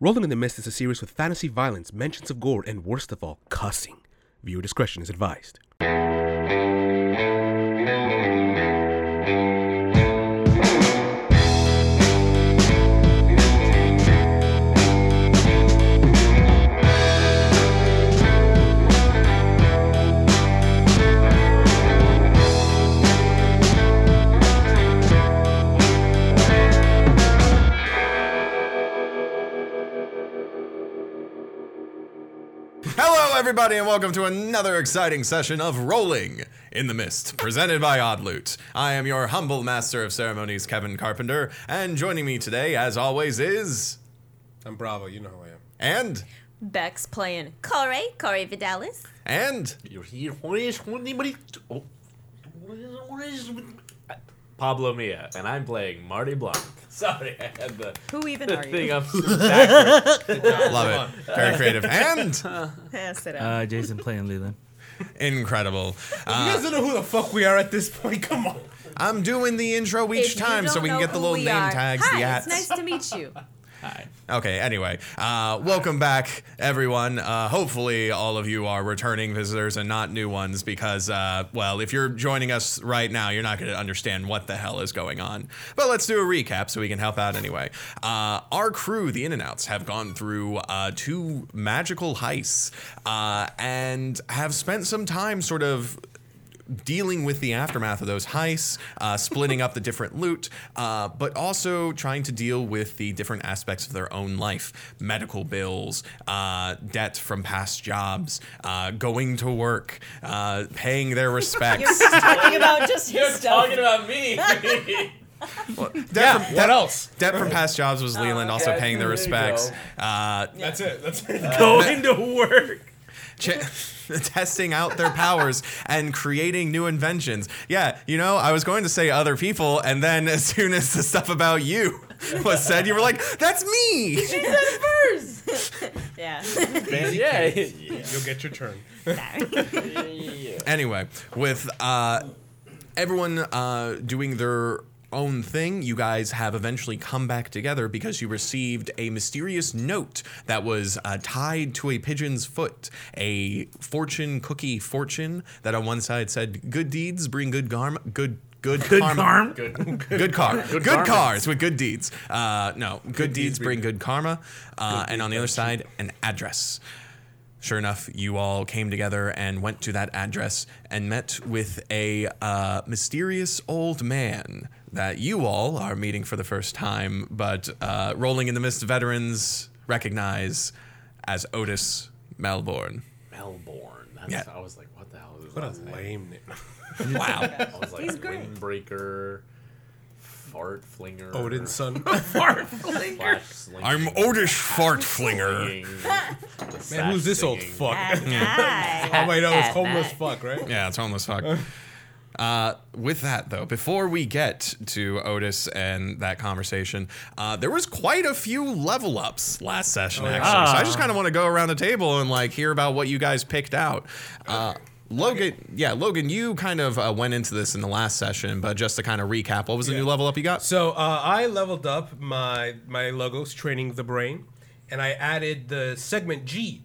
Rolling in the Mist is a series with fantasy violence, mentions of gore, and worst of all, cussing. Viewer discretion is advised. Hello, everybody, and welcome to another exciting session of Rolling in the Mist, presented by Odd Loot. I am your humble master of ceremonies, Kevin Carpenter, and joining me today, as always, is I'm Bravo, you know who I am. and Beck's playing Corey, Corey Vidalis. and You're here. What is what anybody? Oh, what is Pablo Mia, and I'm playing Marty Blanc. Sorry, I had the, Who even the are thing you? up backwards. love it, very creative and Pass it up. Uh, Jason playing Leland. incredible. Uh, You guys don't know who the fuck we are at this point. Come on. I'm doing the intro each If you time so don't we can know get the who little we name are, tags, the Hi, it's hats. nice to meet you. Okay, anyway, uh, welcome back, everyone. Uh, hopefully, all of you are returning visitors and not new ones because, uh, well, if you're joining us right now, you're not going to understand what the hell is going on. But let's do a recap so we can help out anyway. Uh, our crew, the In and Outs, have gone through uh, two magical heists uh, and have spent some time sort of dealing with the aftermath of those heists, uh, splitting up the different loot, uh, but also trying to deal with the different aspects of their own life medical bills, uh, debt from past jobs, uh, going to work, uh, paying their respects. Talking about just his stuff. Talking about me. debt from, Yeah, debt- what else? Debt from past jobs was Leland also okay. paying their There you respects. Uh, That's it. That's it. Going to work. ch- testing out their powers and creating new inventions. Yeah, you know, I was going to say other people, and then as soon as the stuff about you was said, you were like, "That's me." yeah. Yeah. yeah. You'll get your turn. anyway, with uh, everyone uh, doing their own thing, you guys have eventually come back together because you received a mysterious note that was uh, tied to a pigeon's foot, a fortune cookie fortune that on one side said, "Good deeds bring good garm, good." Good, Good karma- arm. Good. good car, good, karma. cars with good deeds. Uh, no, good, deeds bring good karma. Uh, and on the other side, an address. Sure enough, you all came together and went to that address and met with a uh, mysterious old man that you all are meeting for the first time, but uh, Rolling in the Mist veterans recognize as Otis Melbourne. Melbourne. Yeah. That's, I was like, what the hell is his What a last name? lame name. Wow. I was like, He's great. windbreaker, fart flinger, Odin's son. slash slinging, Otis Fartflinger. slinging, Man, who's this old slashing. fuck? Hi. Oh, wait, no, it's homeless fuck, right? Yeah, it's homeless fuck. Uh, with that though, before we get to Otis and that conversation, uh, there was quite a few level ups last session actually. So I just kind of want to go around the table and like hear about what you guys picked out. Uh, Logan, yeah, Logan, you kind of uh, went into this in the last session, but just to kind of recap, what was the new level up you got? So uh, I leveled up my my logos, training the brain, and I added the segment G,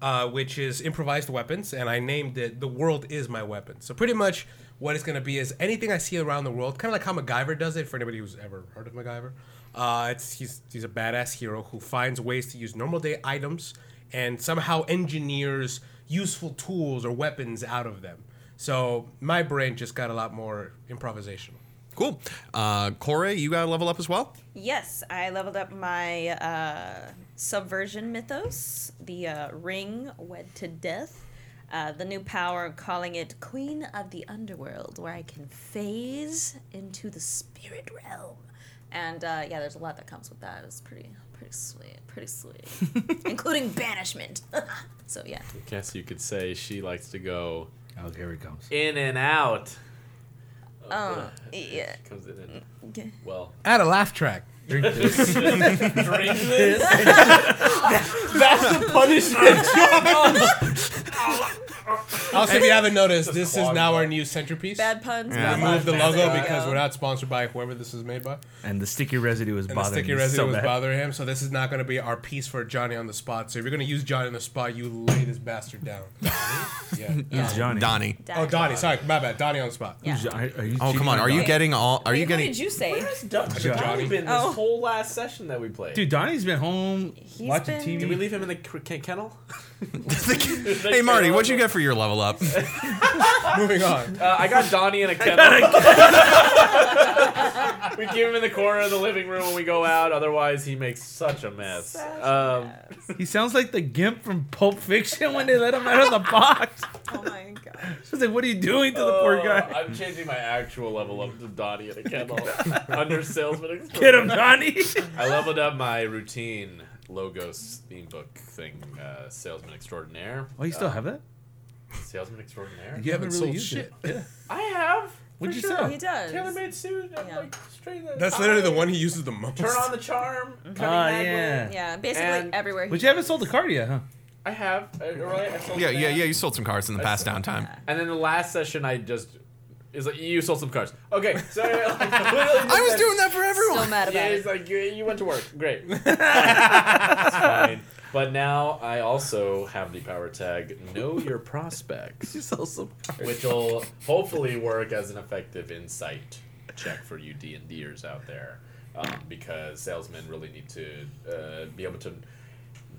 uh, which is improvised weapons, and I named it "The World Is My Weapon." So pretty much what it's gonna be is anything I see around the world, kind of like how MacGyver does it. For anybody who's ever heard of MacGyver, uh, it's he's he's a badass hero who finds ways to use normal day items and somehow engineers useful tools or weapons out of them. So my brain just got a lot more improvisational. Cool. Uh, Corey, you got a level up as well. Yes, I leveled up my uh, subversion mythos, the uh, ring wed to death, uh, the new power, calling it Queen of the Underworld, where I can phase into the spirit realm. And uh, yeah, there's a lot that comes with that. It's pretty, pretty sweet, pretty sweet, including banishment. so yeah, I guess you could say she likes to go Oh, here he comes. in and out. um, yeah. Comes in and Okay. well. Add a laugh track. Drink this. Drink this. That's the punishment. Also, if you haven't noticed, this is clog now our up. new centerpiece. Bad puns. Yeah. bad Remove the puns, logo there you because go. we're not sponsored by whoever this is made by. And the sticky residue was And the bothering sticky me residue so was bad. bothering him, so this is not going to be our piece for Johnny on the spot. So if you're going to use Johnny on the spot, you lay this bastard down. yeah. Who's Johnny? Donnie. Oh, Donnie. Sorry, my bad. Donnie on the spot. Yeah. Who's Jo- are- are you Oh, come cheating on. Are you Donnie? getting all? Are you Wait, What getting? did you say? Where's Donnie? Johnny. Johnny been this Oh. whole last session that we played? Dude, Donnie's been home watching been- TV. Did we leave him in the cr- ken- kennel? hey, Marty, what'd you get for your level up? Moving on. Uh, I got Donnie in a kennel. we keep him in the corner of the living room when we go out. Otherwise, he makes such a mess. Such a um, He sounds like the gimp from Pulp Fiction when they let him out of the box. Oh my god. She's like, what are you doing to the poor oh, guy? I'm changing my actual level up to Donnie in a kennel. Under salesman. Get him, Donnie. I leveled up my routine logos theme book thing, uh, salesman extraordinaire. Uh, oh, you still have that? Salesman extraordinaire. You haven't really sold used shit. I have. What'd you sure. sell? He does. Tailor-made suit. I'm Yeah. like straight. That's literally the one he uses the most. Turn on the charm. Cunning Oh, Ah, Hagler. yeah. Yeah, basically And- everywhere. But he you haven't sold the card yet, huh? I have. I, all right, I sold Yeah, that. yeah, yeah. You sold some cards in the past downtime. And then the last session, I just is like you sold some cars. Okay, so anyway, like, literally I was just- doing that for Still everyone. mad about Yeah, it. it's like you, you went to work. Great. It's fine. But now I also have the power tag Know Your Prospects, You sold some cards. which will hopefully work as an effective insight check for you D and Ders out there, um, because salesmen really need to uh, be able to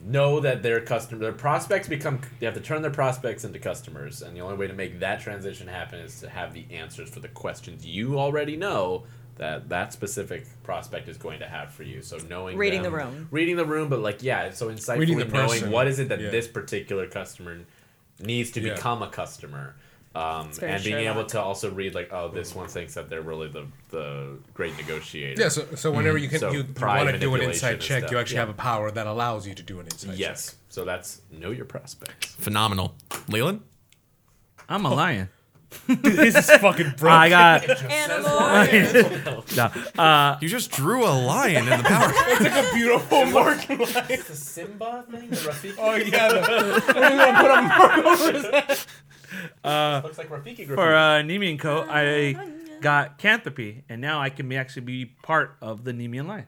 know that their customer their prospects become they have to turn their prospects into customers and the only way to make that transition happen is to have the answers for the questions you already know that that specific prospect is going to have for you so knowing Reading them- the room. reading the room but like yeah so insightfully Reading the knowing person. what is it that Yeah. this particular customer needs to Yeah. become a customer um, very and being able Sherlock. to also read like oh this one thinks that they're really the the great negotiator Yeah, so, Mm, so whenever you can, So you, you pride want to do an manipulation inside and check, stuff, you actually yeah. have a power that allows you to do an inside check. yes so that's know your prospects Phenomenal, Leland. I'm a lion. this is fucking I got. Animal. Nah. You just drew a lion in the power. a beautiful mark. the Simba thing the Rafiki Oh yeah, the- we're gonna put a mark over his head. looks like Rafiki for uh, Nemi and Co. I got Canthropy, and now I can be actually be part of the Nemean line.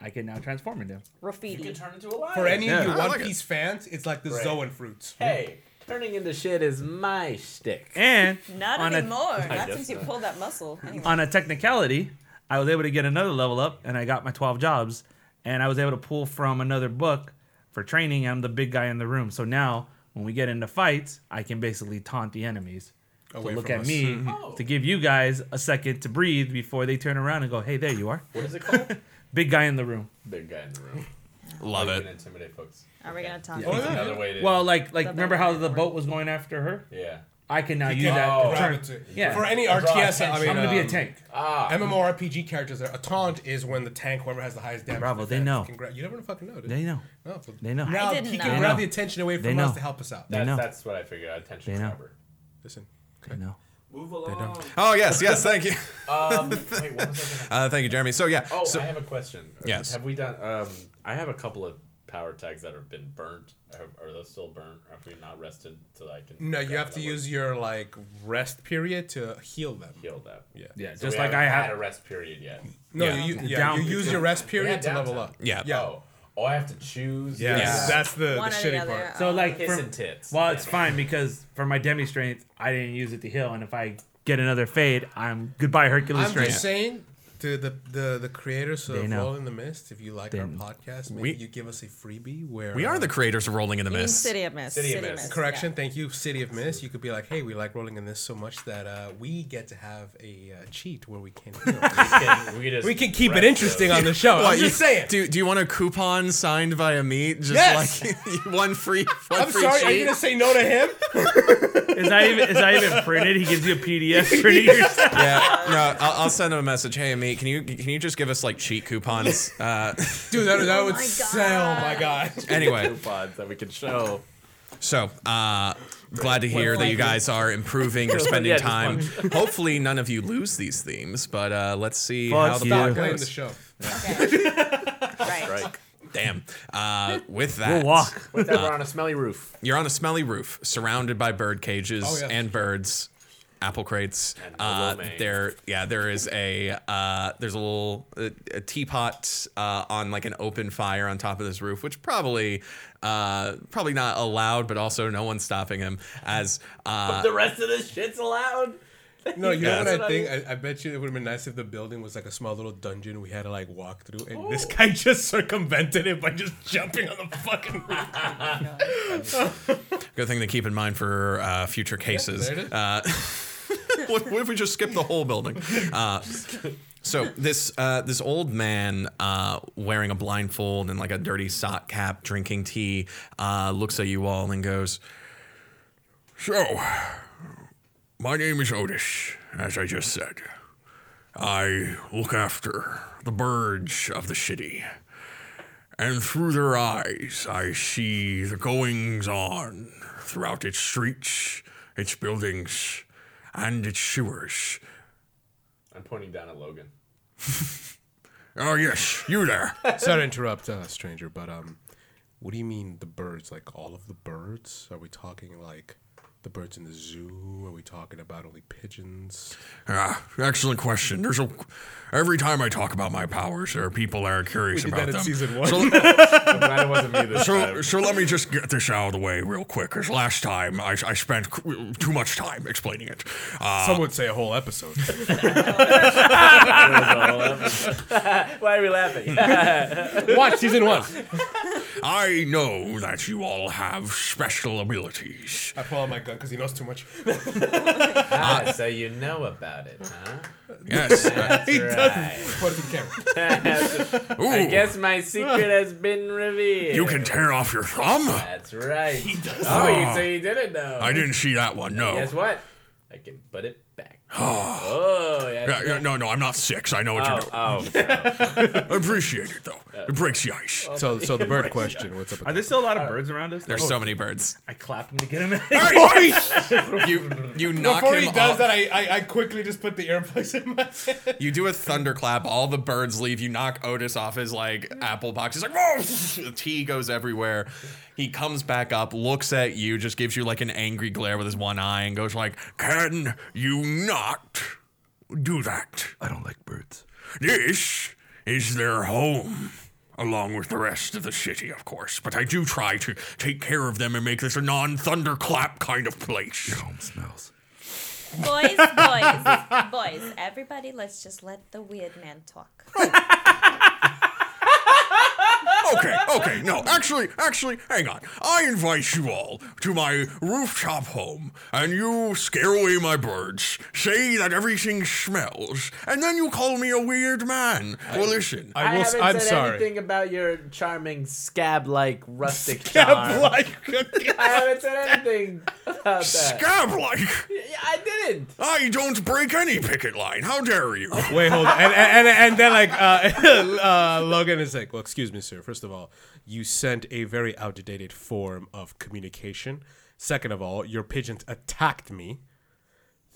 I can now transform into. him. Graffiti. turn into a lion. For any Yeah. of you I like One it. Piece fans, it's like the Right. Zoan fruits. hey, turning into shit is my shtick. And Not on a, anymore. Not guess since you not. pulled that muscle. Anyway. on a technicality, I was able to get another level up, and I got my twelve jobs, and I was able to pull from another book for training. I'm the big guy in the room, so now when we get into fights, I can basically taunt the enemies. to Away look from at us. Mm-hmm. me Oh. to give you guys a second to breathe before they turn around and go, "Hey, there you are, What is it called? big guy in the room." Big guy in the room. Love You can it. intimidate folks. Are we gonna talk? Oh, about yeah. Another way to. Well, like like remember bad how guy the boat was going after her? yeah. I can now You use can that Oh. to turn. Gravitate. Yeah. For any Draw RTS, I attention. mean, I'm gonna be a um, tank. Ah. MMORPG characters, a taunt is when the tank, whoever has the highest damage. Bravo, they defense, know. can grab- you never fucking know. dude. They know. Oh, so They know. I Now didn't he know. can They grab know. the attention away They from us know. to help us out. They That's, know. that's what I figured out. Attention They know. grabber. Listen, I know. Move along. Oh yes, yes. Thank you. Um, wait, what was I gonna Uh, thank you, Jeremy. So yeah. Oh, so, I have a question. Yes. Have we done? Um, I have a couple of power tags that have been burnt. Are, are those still burnt? Have we not rested so I can? no, you grab have to that use your like rest period to heal them. one? heal that. Yeah. Yeah, So just we like I haven't had a have. rest period yet. No, Yeah. you, The yeah, down- you use your rest period Yeah, to level downtime. up. Yeah. Yeah. Oh, oh, I have to choose. Yeah. Yes. That's the, the One or the shitty other. Oh. part. So like, Kiss for, and tits. well, it's fine because for my demi strength, I didn't use it to heal, and if I get another fade, I'm goodbye Hercules I'm strength. just saying to the the, the creators They of know. Roll in the Mist, if you like our podcast, maybe We- you give us a freebie where we are the uh, creators of Rolling in the In Mist. City of Mist. City of City of Mist. Mist. correction. Thank you, City of Mist. You could be like, hey, we like Rolling in this so much that uh, we get to have a uh, cheat where we can heal. Can, we, just we can keep it rest interesting on the show. What, I'm just Uh, you- saying. Do, do you want a coupon signed by a meat? Just Yes. like one free, one I'm free sorry. Are cheat? you gonna say no to him? It's not even it's not even printed. He gives you a PDF printed. yourself. yeah, no. I'll, I'll send him a message. Hey, meat, can you can you just give us like cheat coupons? Uh, Dude, that, that Oh would my sell. My God. anyway, coupons that we can show. so uh, glad to hear that you guys are improving. You're spending Yeah, just time. Hopefully, none of you lose these themes, but uh, let's see Fuck how the you. plot Playing the goes. show. Okay. right. Right. Damn. Uh, with that, We'll walk. With that, we're on a smelly roof. you're on a smelly roof surrounded by bird cages Oh, yeah. and birds apple crates And uh, lo mein. there yeah there is a uh, there's a little a, a teapot uh, on like an open fire on top of this roof which probably uh, probably not allowed but also no one's stopping him as uh, the rest of this shit's allowed. No, you Yeah. know what That's what I I think? I, I bet you it would have been nice if the building was like a small little dungeon we had to like walk through, and this guy just circumvented it by just jumping on the fucking roof. good thing to keep in mind for uh, future cases there it is. uh, what, what if we just skip the whole building uh, So this uh, this old man uh, wearing a blindfold and like a dirty sock cap, drinking tea, uh, looks at you all and goes, "So, my name is Otis, as I just said. I look after the birds of the city, and through their eyes I see the goings on throughout its streets, its buildings, and its sewers." I'm pointing down at Logan. Oh yes, you there. Sorry to interrupt, uh, stranger, but um, what do you mean the birds? Like all of the birds? Are we talking like the birds in the zoo? Are we talking about only pigeons? Ah, excellent question. There's a every time I talk about my powers, there are people that are curious We did about that in them. season one. So, I'm glad it wasn't me this so, time. so let me just get this out of the way real quick, because last time I, I spent c- too much time explaining it. Uh, Some would say a whole episode. Why are we laughing? Watch season one. I know that you all have special abilities. Uh, I pull out my gun because he knows too much. ah, so you know about it, huh? Yes. That's right. Put it in camera. I Ooh, guess my secret has been revealed. you can tear off your thumb. That's right. He does. Oh, you say you didn't know. I didn't see that one. No. Guess what? I can put it back. oh, yeah. Yeah, yeah, no, no, I'm not six. I know what Oh, you're doing. oh, no. I appreciate it though. It breaks the ice. So, so the bird question. What's up? Are there still a lot of birds around us? Oh, so many birds. I clapped him to get him in. you you knock Before him he does off. that, I, I I quickly just put the earplugs in my head. You do a thunderclap. All the birds leave. You knock Otis off his like apple box. He's like, "Whoa!" The tea goes everywhere. He comes back up, looks at you, just gives you like an angry glare with his one eye, and goes like, "Can you not do that? I don't like birds. This is their home." Along with the rest of the city, of course, but I do try to take care of them and make this a non thunderclap kind of place. Home smells. Boys, boys, boys. Everybody, let's just let the weird man talk. Okay, okay, no, actually, actually, hang on. I invite you all to my rooftop home, and you scare away my birds, say that everything smells, and then you call me a weird man. well, listen, I I will. s- haven't I'm said sorry. anything about your charming scab-like rustic charm. Like, I haven't said anything about that. scab like, Yeah, I didn't. I don't break any picket line. How dare you? Wait, hold on. And, and, and, and then, like, uh, uh, Logan is like, well, excuse me, sir. First of all, you sent a very outdated form of communication. Second of all, your pigeons attacked me.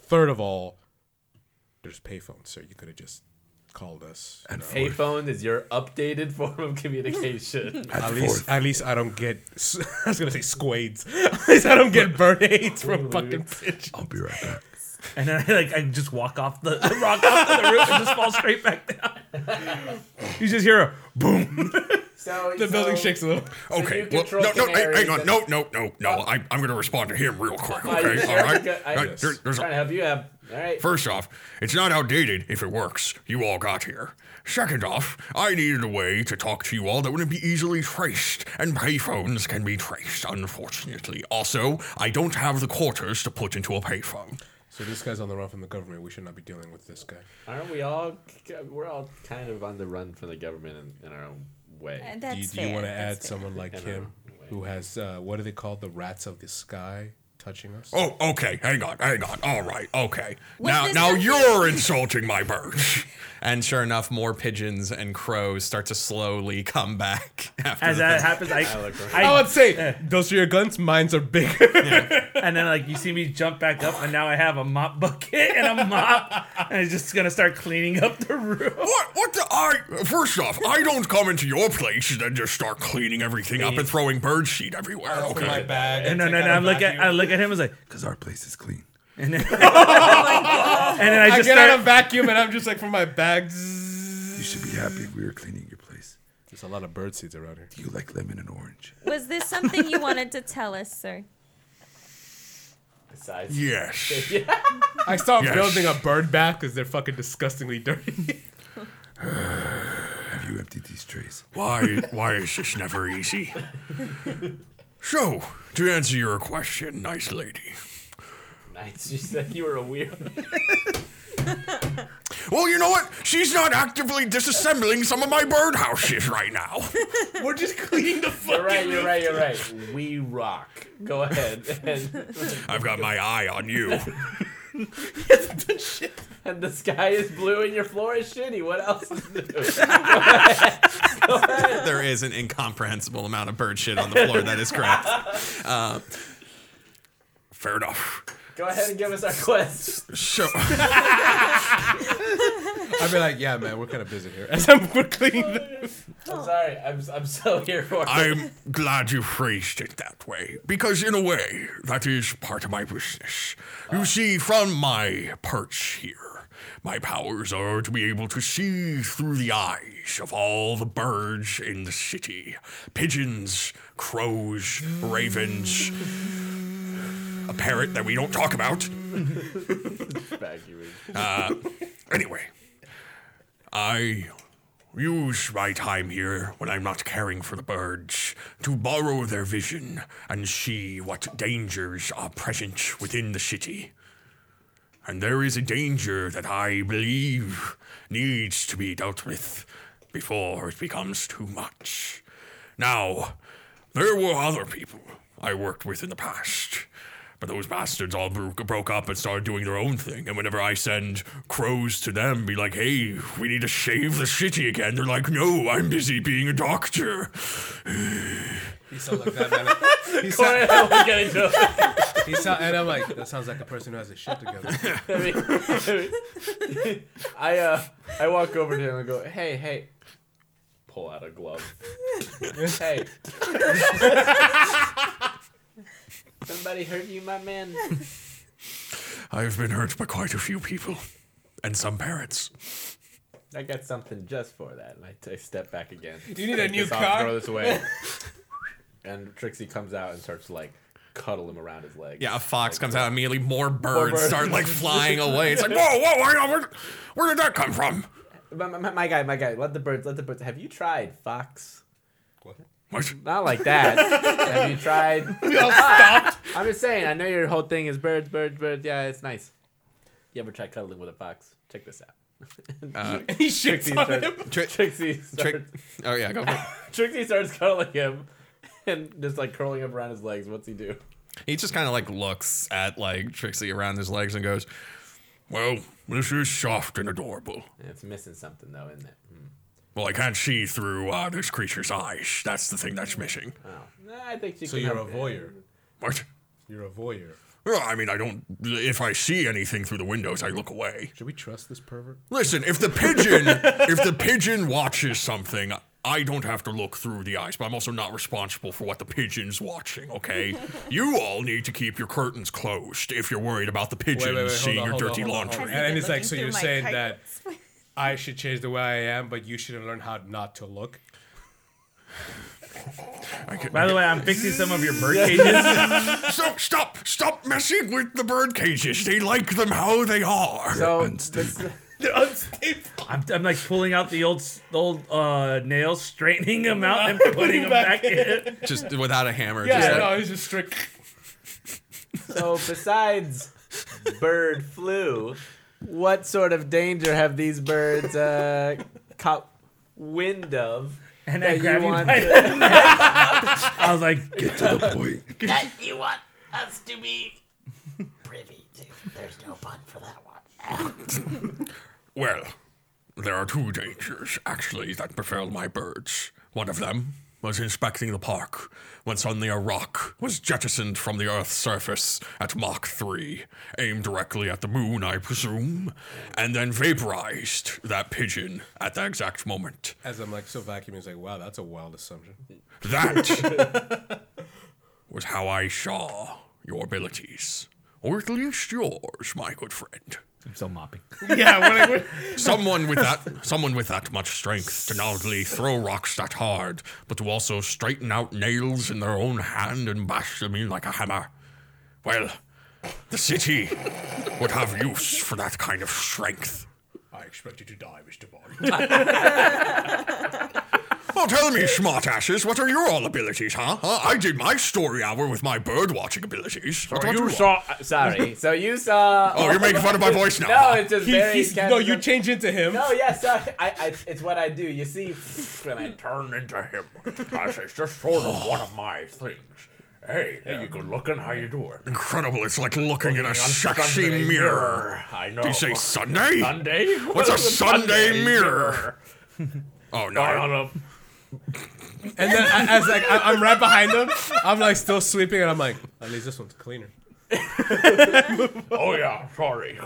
Third of all, there's payphones, sir. You could have just called us. And fourth, Payphone is your updated form of communication. At and least, fourth, at least I don't get. s- I was gonna say squades. At least I don't get bird aids from fucking pigeons. I'll be right back. and then I like I just walk off the rock off to the roof and just fall straight back down. you just hear a boom. so The building so- shakes a little. Okay, you well, control no, no, hey, canaries hang on, and- no, no, no, no. I, I'm going to respond to him real quick, Oh. I- okay? All right? I, All right, there- am there's a- trying to help you out. All right. First off, it's not outdated if it works. You all got here. Second off, I needed a way to talk to you all that wouldn't be easily traced, and payphones can be traced, unfortunately. Also, I don't have the quarters to put into a payphone. So this guy's on the run from the government. We should not be dealing with this guy. Aren't we all? We're all kind of on the run from the government in, in our own way. And Do you, that's do you fair, want to that's add fair. someone like him who has uh, what are they called? The rats of the sky. touching us. Oh, okay. Hang on. Hang on. All right. Okay. Was now, this now something- you're insulting my birds. And sure enough, more pigeons and crows start to slowly come back after As the that thing. happens, I, I I would say those are your guns. Mine's are bigger. and then like you see me jump back up, and now I have a mop bucket and a mop, and it's just gonna start cleaning up the room. What? What the? I first off, I don't come into your place and then just start cleaning everything up and throwing bird seed everywhere. In my Okay. bag. And no, take no, out no. a I look at vacuum. I look at him as like, cause our place is clean. And then, and then I I just get out a start. vacuum and I'm just like from my bag. zzz. You should be happy we were cleaning your place. There's a lot of bird seeds around here. Do you like lemon and orange? Was this something you wanted to tell us, sir? Besides, Yes. I stopped Yes. building a bird bath because they're fucking disgustingly dirty. Have you emptied these trays? Why? Why is this never easy? So, to answer your question, nice lady. nights you said you were a weird. Well, you know what? She's not actively disassembling some of my birdhouses right now. We're just cleaning the fuck. You're right. You're right. You're right. We rock. Go ahead and I've got my eye on you. and the sky is blue and your floor is shitty. What else is new? there is an incomprehensible amount of bird shit on the floor. That is correct. Fair enough. Go ahead and give us our quest. So, I'd be like, yeah, man, we're kind of busy here. As I'm we're cleaning the. I'm sorry. I'm I'm so here for it. I'm glad you phrased it that way, because in a way, that is part of my business. You see, from my perch here, my powers are to be able to see through the eyes of all the birds in the city pigeons, crows, ravens, a parrot that we don't talk about. Anyway, I use my time here when I'm not caring for the birds to borrow their vision and see what dangers are present within the city. And there is a danger that I believe needs to be dealt with before it becomes too much. Now, there were other people I worked with in the past. But those bastards all bro- broke up and started doing their own thing. And whenever I send crows to them, be like, hey, we need to shave the city again, they're like, no, I'm busy being a doctor. He sounds like that, man. He sound, We're getting to he sound, and I'm like, that sounds like a person who has a shit together. I, mean- I uh I walk over to him and go, hey, hey. Pull out a glove. hey. Somebody hurt you, my man? I've been hurt by quite a few people, and some parrots. I got something just for that. And I, I step back again. You need a Take new this off, car? Throw this away. and Trixie comes out and starts to like cuddle him around his leg. Yeah, a fox comes out immediately. More birds birds. start like flying away. It's like, Whoa, whoa, hang on, where, where did that come from? My, my, my guy, my guy, let the birds, let the birds. Have you tried fox? What? Not like that. Have you tried? We all stopped. I'm just saying. I know your whole thing is birds, birds, birds. Yeah, it's nice. You ever try cuddling with a fox? Check this out. And Uh, he shits on starts, him. Tri- Trixie, trick. starts, Oh yeah, go for it. Trixie starts cuddling him and just like curling him around his legs. What's he do? He just kind of like looks at like Trixie around his legs and goes, Well, this is soft and adorable. It's missing something though, isn't it? Hmm, Well, I can't see through uh, this creature's eyes. That's the thing that's missing. Oh, Nah, I think she So can you're a help- voyeur. What? You're a voyeur. Well, I mean, I don't. If I see anything through the windows, I look away. Should we trust this pervert? Listen, if the pigeon, if the pigeon watches something, I don't have to look through the eyes. But I'm also not responsible for what the pigeon's watching. Okay, you all need to keep your curtains closed if you're worried about the pigeons seeing your dirty laundry. on. And then he's like, Looking so through you're my saying that curtains. I should change the way I am, but you should learn how not to look. I can- By the way, I'm fixing some of your bird cages. so stop, stop messing with the bird cages. They like them how they are. So Unstable. this- I'm, I'm like pulling out the old s- the old uh, nails, straightening them out, and putting them back in. just without a hammer. Yeah, just like, no, he's just strict. So besides bird flu, what sort of danger have these birds uh, caught wind of? And That I you grabbed him want by the neck. I was like, Get to the point. That you want us to be privy to. There's no pun for that one. Well, there are two dangers, actually, that befell my birds. One of them was inspecting the park when suddenly a rock was jettisoned from the Earth's surface at Mach 3, aimed directly at the moon, I presume, and then vaporized that pigeon at the exact moment. As I'm like so vacuuming, it's like, wow, that's a wild assumption. That was how I saw your abilities. Or at least yours, my good friend. I'm still mopping. Someone with that someone with that much strength to not only throw rocks that hard, but to also straighten out nails in their own hand and bash them in like a hammer. Well, the city would have use for that kind of strength. I expect you to die, Mr. Bond. Oh, tell me, smart asses, what are your all abilities, huh? Huh? I did my story hour with my bird watching abilities. What about you? Sorry. So you saw. Oh, you're making fun of my voice now. No, it's just he, very. he's, kind no, of- you change into him. No, yeah, sorry. I, I, it's what I do. You see, when I turn into him, I say, just sort of one of my things. Hey, hey, you good looking? How you doing? Incredible, it's like looking in a sexy Sunday mirror. I know. Did you say Sunday? Sunday? What's a Sunday mirror? Oh, no. I don't know. And then I, as like I, I'm right behind him, I'm like still sleeping, and I'm like, at least this one's cleaner. Oh yeah, sorry.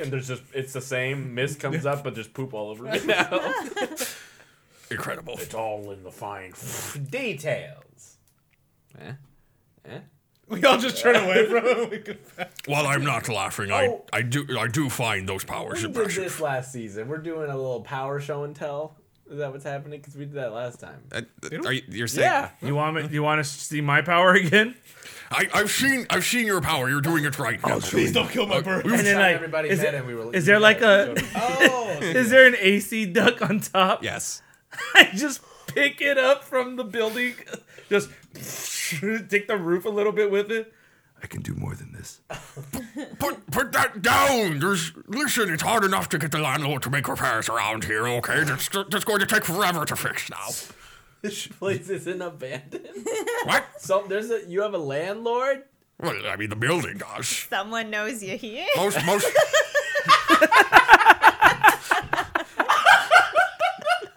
And there's just it's the same. Mist comes up, but there's poop all over me now. Incredible. it's all in the fine details. Eh? Eh? We all just turn away from him. We go back. While I'm not laughing, I, Oh. I do I do find those powers We did impressive. this last season. We're doing a little power show and tell. Is that what's happening? Because we did that last time. are you, you're saying Yeah. You want me? You want us to see my power again? I, I've seen I've seen your power. You're doing it right Oh, now. Please Don't kill my bird. And then Time like, everybody is, met it- and we were is there like a oh is there an AC duck on top? yes? I just pick it up from the building, just take the roof a little bit with it. I can do more than this. Put put that down. There's listen. It's hard enough to get the landlord to make repairs around here. Okay, that's that's going to take forever to fix now. this place isn't abandoned. What? So there's a you have a landlord. Well, I mean the building does. Someone knows you're here. Oh. Most most.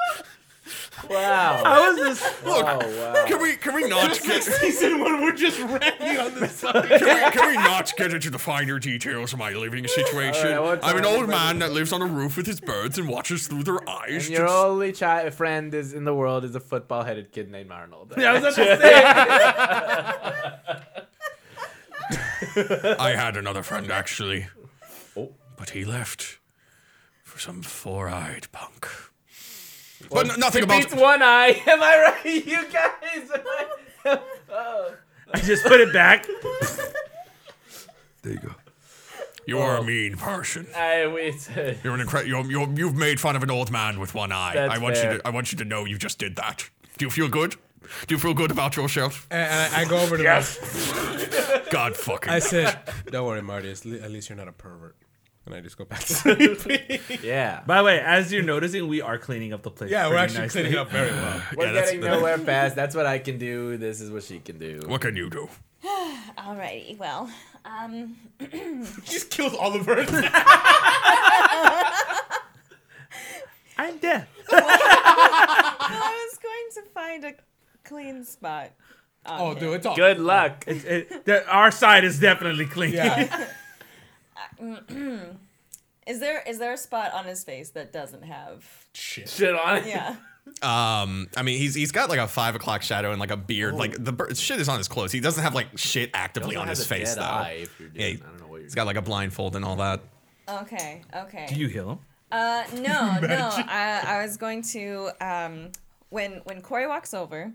Wow. How is this? Look, Oh wow. can we can we not get Season one, we're just wrecking on the side. can, we, can we not get into the finer details of my living situation? All right, what's I'm an wrong old with man that lives on a roof with his birds and watches through their eyes. And your to- only chi- friend is in the world is a football-headed kid named Arnold. I was about to say. I had another friend actually. Oh. But he left for some four-eyed punk. but n- nothing about Beats one eye. Am I right, you guys? Am I- I just put it back. There you go. you are a mean person. I wait. You're an incre- you're, you're, You've made fun of an old man with one eye. That's I want fair. you. To, I want you to know you just did that. Do you feel good? Do you feel good about yourself? Uh, And I, I go over to yes. God fucking. I said, "Don't worry, Marty. It's le- at least you're not a pervert." And I just go back to sleep. Yeah. By the way, as you're noticing, we are cleaning up the place. yeah, we're pretty actually nicely. cleaning up very well. We're Yeah, that's- getting nowhere fast. That's what I can do. This is what she can do. what can you do? Alrighty, well, um, just kills all the birds. I'm dead. I was going to find a clean spot. on Oh, him. dude, it's all Good luck. It- it- the- our side is definitely clean. Yeah, Is there is there a spot on his face that doesn't have? Shit on it. Yeah. Um, I mean, he's he's got like a five o'clock shadow and like a Oh. beard. Like the bir- shit is on his clothes. He doesn't have like shit actively on his face though. Yeah, he- he's got like a blindfold and all that. Okay. Okay. Do you heal him? Uh, no, no. I, I was going to um, when when Corey walks over,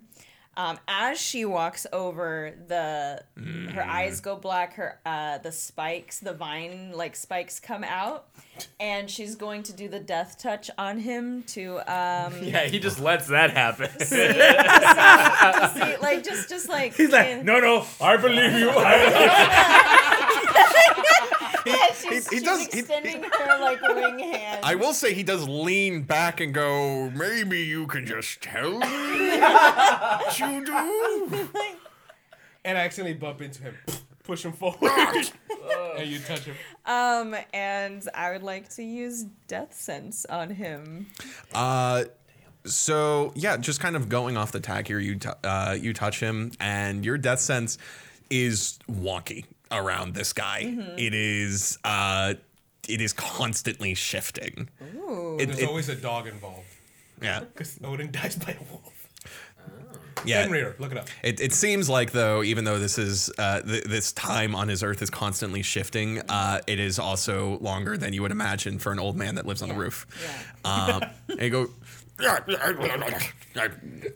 um, as she walks over, the her Mm. eyes go black. Her uh, the spikes, the vine like spikes come out, and she's going to do the death touch on him to um, Yeah, he Oh. just lets that happen. see, to see, to see, like just just like He's like, no, no, I believe you. I Yeah, she's, he she's does- he- extending her like wing hand. I will say he does lean back and go. Maybe you can just tell me what you do. and I accidentally bump into him. push him forward, and you touch him. Um, and I would like to use death sense on him. Uh, so yeah, just kind of going off the tag here, you t- uh, you touch him, and your death sense is wonky around this guy. Mm-hmm. It is uh, it is constantly shifting. It- There's it- always a dog involved yeah, because Odin dies by a wolf. yeah. Fenrir, look it up. It, it seems like though, even though this is uh, th- this time on his Earth is constantly shifting, uh, it is also longer than you would imagine for an old man that lives on the Yeah, roof. yeah. Um, and you go,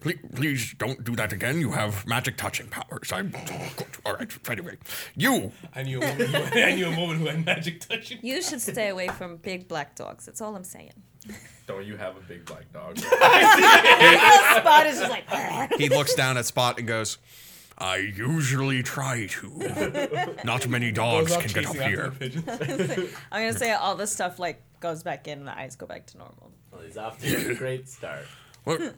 Please, please don't do that again. You have magic touching powers. I'm good. All right. Anyway, you I knew a woman. Who, I knew a woman who had magic touching. You should stay away from big black dogs. That's all I'm saying. Don't you have a big black dog? Spot is just like. he looks down at Spot and goes, I usually try to. Not many dogs Goes off can get up chasing after here. the pigeons. I'm gonna say all this stuff like goes back in, the eyes go back to normal. well, he's off to a great start. What?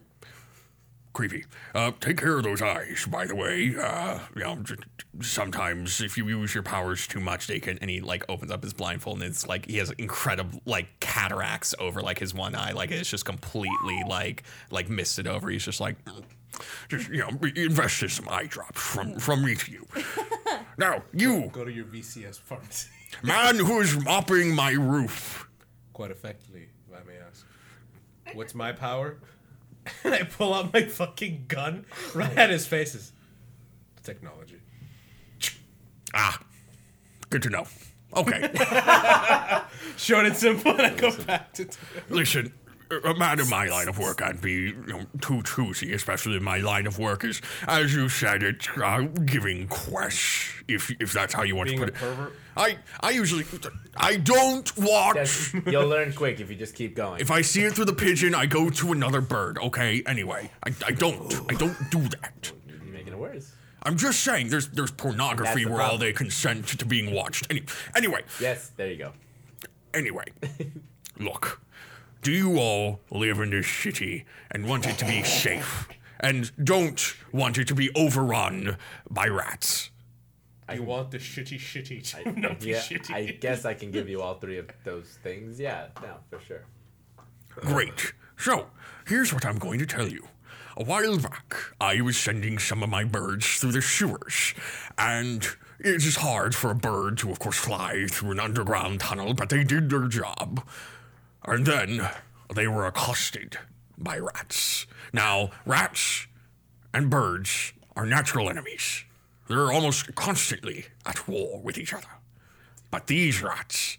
Creepy. Uh, take care of those eyes, by the way. Uh, you know, j- sometimes if you use your powers too much, they can. and he like opens up his blindfold and it's like he has incredible like cataracts over like his one eye, like it's just completely like like misted over. He's just like, Just you know, invest in some eye drops from from me to you. now, you Go to your VCS pharmacy. man who is mopping my roof. Quite effectively, if I may ask. What's my power? And I pull out my fucking gun right at his faces. Technology. Ah, good to know. Okay, Short and simple, and I go back to. listen. A man in my line of work, I'd be you know, too choosy, especially in my line of work is, as you said, it uh, giving quests. If if that's how you want Being to a put it. pervert. I I usually I don't watch. That's, you'll learn quick if you just keep going. If I see it through the pigeon, I go to another bird. Okay. Anyway, I, I don't I don't do that. You're making it worse. I'm just saying, there's there's pornography That's the where all problem. they consent to being watched. Any, anyway, Yes, there you go. anyway, look, do you all live in this city and want it to be safe and don't want it to be overrun by rats? You want the shitty, shitty, I, not the yeah, shitty. I guess I can give you all three of those things. Yeah, no, for sure. Great. So, here's what I'm going to tell you. A while back, I was sending some of my birds through the sewers, and it is hard for a bird to, of course, fly through an underground tunnel, but they did their job. And then they were accosted by rats. Now, rats and birds are natural enemies. They're almost constantly at war with each other. But these rats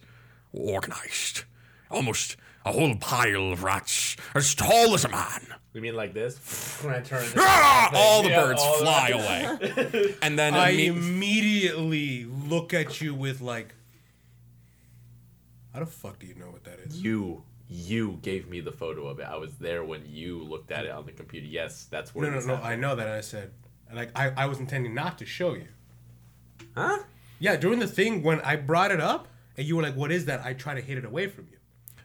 were organized. Almost a whole pile of rats, as tall as a man. We mean like this? When I turn it- ah! all the Yeah, birds all the- fly away, and then I imme- immediately look at you with like, how the fuck do you know what that is? You you gave me the photo of it. I was there when you looked at it on the computer. Yes, that's where No, no, this no. happened. I know that. And I said, and like, I, I was intending not to show you. Huh? Yeah, during the thing when I brought it up and you were like, "What is that?" I try to hid it away from you.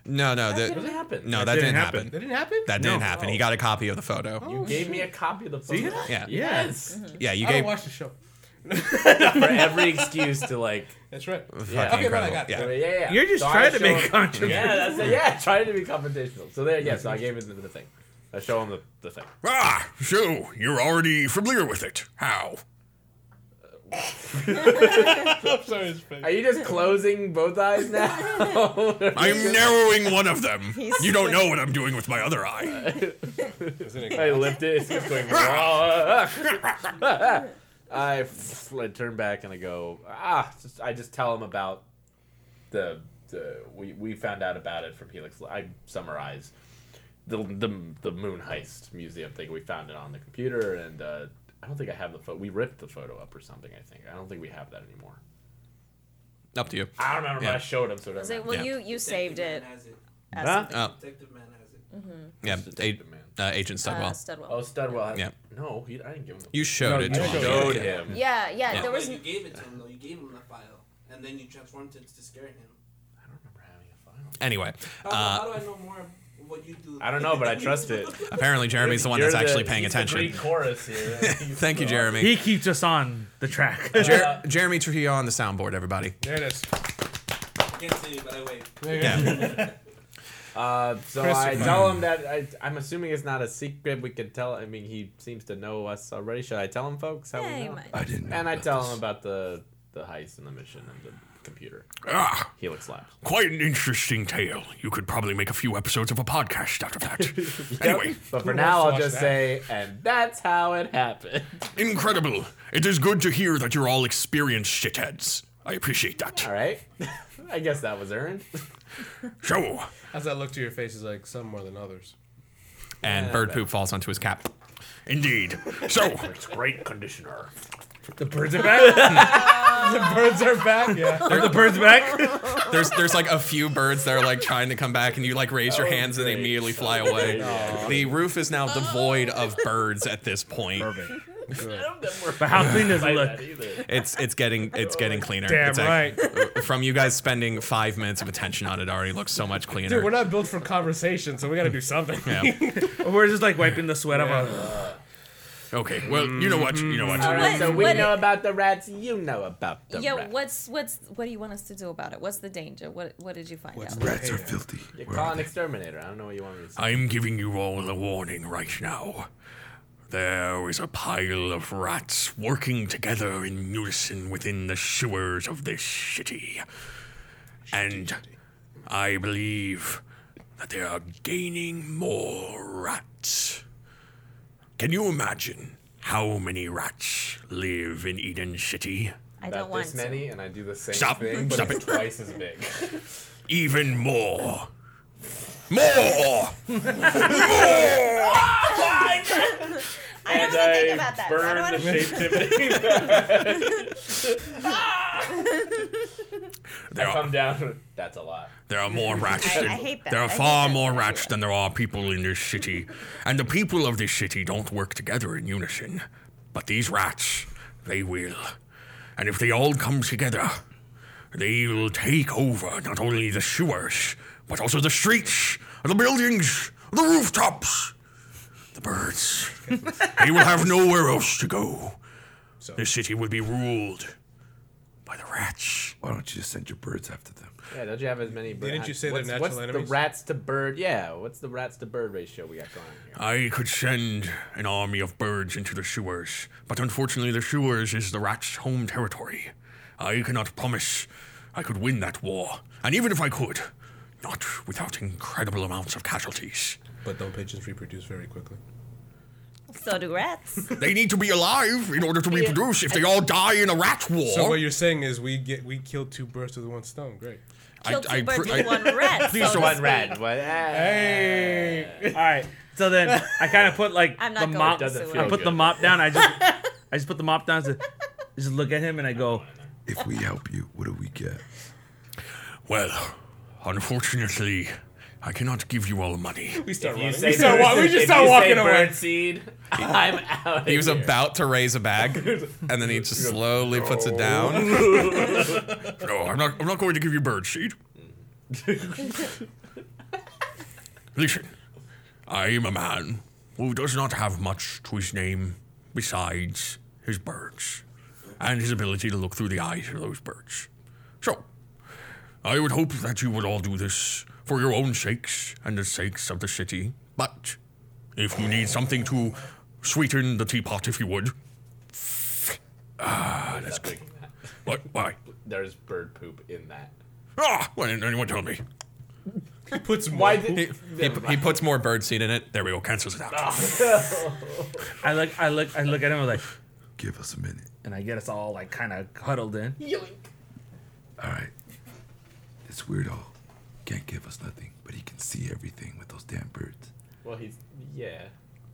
no, no, What that, happened? no, that, didn't didn't happen. happen. That didn't happen. That didn't happen. He got a copy of the photo. You Oh, gave me a copy of the See? photo. Yeah. Yes. yeah, you I don't gave. watch the show. For every excuse to like That's right. Yeah. Okay, right, I incredible. got it. Yeah. Yeah, yeah, yeah. You're just So I trying to show make him- controversy. Yeah, that's it. Yeah, trying to be confrontational. So there, yeah. So I gave him the, the thing. I show him the, the thing. Ah, so you're already familiar with it. How? Are you just closing both eyes now? I'm narrowing one of them. He's You don't know what I'm doing with my other eye. I lift it. It's just going. "Wah." I, f- I turn back and I go. Ah, just, I just tell him about the, the we, we found out about it from Helix. I summarize the the the moon heist museum thing. We found it on the computer, and uh, I don't think I have the photo. We ripped the photo up or something. I think I don't think we have that anymore. Up to you. I don't remember. Yeah. But I showed him. So it doesn't So, well, Yeah. you you saved it. Has it. As Huh? something. Oh, Detective man has it. yeah, a, Detective Man. uh, Agent Uh, Studwell. Studwell. Oh, Studwell. has- Yeah. No, he, I didn't give him. The you showed it to I him. showed Yeah. him. yeah, yeah, Yeah. There was. But you gave it to him though. You gave him the file, and then you transformed it to scare him. I don't remember having a file. Anyway, Oh, uh, How, how do I know more? what you do. I don't know, but I trust it. Apparently, Jeremy's the one that's You're actually paying he's the attention. Greek chorus here. Thank you, Jeremy. He keeps us on the track. Jer- Jeremy Trujillo on the soundboard, everybody. There it is. I can't see you, but I wait. Yeah. Uh, so I tell him that I, I'm assuming it's not a secret. We can tell. I mean, he seems to know us already. Should I tell him, folks? How Yeah, we you know? might. I didn't. know And I about tell this. him about the the heist and the mission and the computer. Ah, Helix Labs. quite an interesting tale. You could probably make a few episodes of a podcast out of that. anyway, But for Who now, I'll wants to just watch say, and that's how it happened. incredible. It is good to hear that you're all experienced shitheads. I appreciate All that. right. I guess that was earned. So, How's that look to your face? Is like some more than others. And bird poop falls onto his cap. indeed. So, Great conditioner. the birds are back. The birds are back. Yeah. the birds back. There's there's like a few birds that are like trying to come back, and you like raise your hands, and they great. immediately fly away. The roof is now devoid of birds at this point. But how clean does it look? That either. It's it's getting it's getting cleaner. Damn It's ac- right. From you guys spending five minutes of attention on it already looks so much cleaner. Dude, we're not built for conversation, so we got to do something. Yeah. We're just like wiping the sweat off. our- okay. Well, you know what? You know what? All right. So we What- know about the rats. You know about the yeah, rats. what's what's what do you want us to do about it? What's the danger? What what did you find out? Rats are filthy. You Where call are an they? exterminator. I don't know what you want me to say. I'm giving you all a warning right now. There is a pile of rats working together in unison within the sewers of this city. And I believe that they are gaining more rats. Can you imagine how many rats live in Eden City? I About don't want this to. many, and I do the same Stop. thing, but Stop it's twice as big. Even more. More! I don't want to think about that. I don't want to. There are, Come down. That's a lot. There are more rats. I- I than, hate that. There are I hate far that. more rats than there are people in this city, and the people of this city don't work together in unison. But these rats, they will, and if they all come together, they will take over not only the sewers but also the streets, the buildings, the rooftops, the birds. they will have nowhere else to go. This city will be ruled by the rats. Why don't you just send your birds after them? Yeah, don't you have as many birds? Didn't you say they're what's, natural what's enemies? the rats to bird? Yeah, what's the rats to bird ratio we got going here? I could send an army of birds into the sewers, but unfortunately, the sewers is the rat's home territory. I cannot promise I could win that war, and even if I could, not without incredible amounts of casualties. But don't pigeons reproduce very quickly? So do rats. They need to be alive in order to reproduce. If they all die in a rat war, So what you're saying is we get we killed two birds with one stone. Great. Kill two I birds pr- with I- one rat. Please so don't to want speak. Rat. What? Hey. All right. So then I kind of put like I'm not the going mop. to Doesn't sewer. feel I put the good. mop down. I just I just put the mop down. To, just look at him and I go, If we help you, what do we get? well, unfortunately, I cannot give you all the money. We start You running. say We, start bird- wa- we if just start you say walking away. Bird seed. I'm out. of He was here. about to raise a bag, and then he just slowly puts it down. No, Oh, I'm not. I'm not going to give you bird seed. Listen, I am a man who does not have much to his name besides his birds and his ability to look through the eyes of those birds. So, I would hope that you would all do this for your own sakes and the sakes of the city. But if you need something to sweeten the teapot, if you would, ah, that's good. What? Why? There's bird poop in that. Ah, why didn't anyone tell me? Puts more. Why He, did? he, he puts more bird seed in it. There we go, cancels it out. I look, I look, I look at him. I'm like, Give us a minute. and I get us all like kind of huddled in. All right. This weirdo can't give us nothing, but he can see everything with those damn birds. Well, he's yeah.